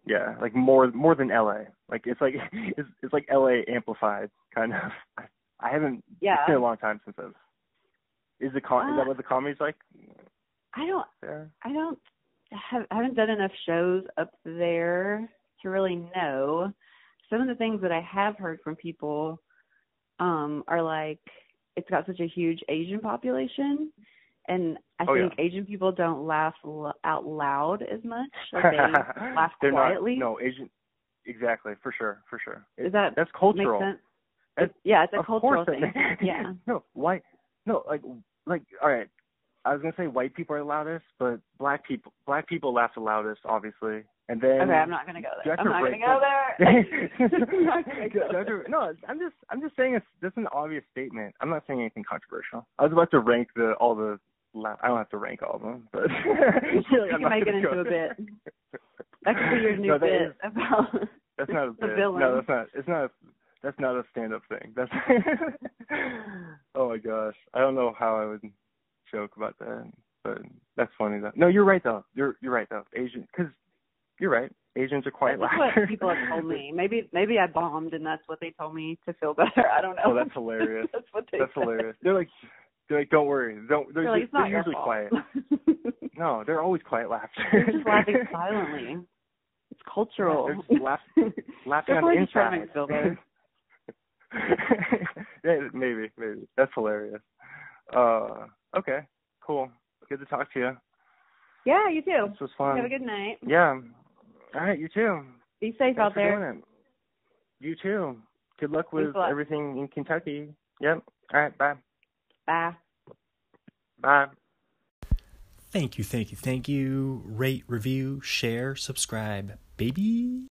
Yeah, like more more than LA. Like it's like [LAUGHS] it's it's like LA amplified kind of. I haven't.
Yeah.
It's been a long time since I've. Is the con? is
Uh,
that what the comedy's like
I don't
there?
I don't have I haven't done enough shows up there to really know. Some of the things that I have heard from people um are like it's got such a huge Asian population and I
Oh, yeah.
think Asian people don't laugh l- out loud as much. Like
[LAUGHS]
they laugh
They're
quietly.
Not, no, Asian. Exactly, for sure, for sure.
Does that
That's
make
cultural.
sense?
That's-
It's- yeah, it's a
of
cultural
course
thing.
it [LAUGHS] makes-
[LAUGHS] yeah.
No, why? No, like like all right. I was gonna say white people are loudest, but black people black people laugh the loudest, obviously. And then
Okay, I'm not gonna go there.
Judge
I'm
or
not gonna
break
go
[LAUGHS]
[LAUGHS] there. I'm not gonna go
Judge
there.
or- no, I'm just I'm just saying it's that's an obvious statement. I'm not saying anything controversial. I was about to rank the all the la- I don't have to rank all of them, but [LAUGHS]
[LAUGHS] You
I'm
can
not
make it
gonna
into
go
a
there. [LAUGHS]
bit. That could be your new
No, that
bit
is- [LAUGHS]
about
That's not a
the
bit.
villain.
No, that's not. It's not. A, that's not a stand-up thing. That's. [LAUGHS] oh my gosh, I don't know how I would joke about that, but that's funny though. No, you're right though. You're you're right though. Asian, because you're right. Asians are quite
that's
loud.
what people have told me. Maybe maybe I bombed and that's what they told me to feel better. I don't know.
[LAUGHS] Oh,
[LAUGHS]
that's hilarious.
that's what they [LAUGHS]
that's
said.
hilarious. They're like, they're like, don't worry. Don't. They're,
They're like, it's not
they're
your
usually
fault. [LAUGHS]
quiet. No, they're always quiet laughter.
They're just
[LAUGHS]
laughing silently. It's cultural.
Yeah, they're just laugh- laughing on the
They're probably just trying
inside.
to make Bill [LAUGHS] better.
[LAUGHS] yeah, maybe, maybe. That's hilarious. Uh, okay, cool. Good to talk to you.
[LAUGHS] yeah, you too.
This was fun.
Have a good night.
yeah. All right, you too.
Be safe
Thanks
out
for
there.
doing it. You too. Good luck
Thanks
with
a lot.
everything in Kentucky. Yep. All right. Bye.
Bye.
Bye.
Thank you, thank you, thank you. Rate, review, share, subscribe, baby.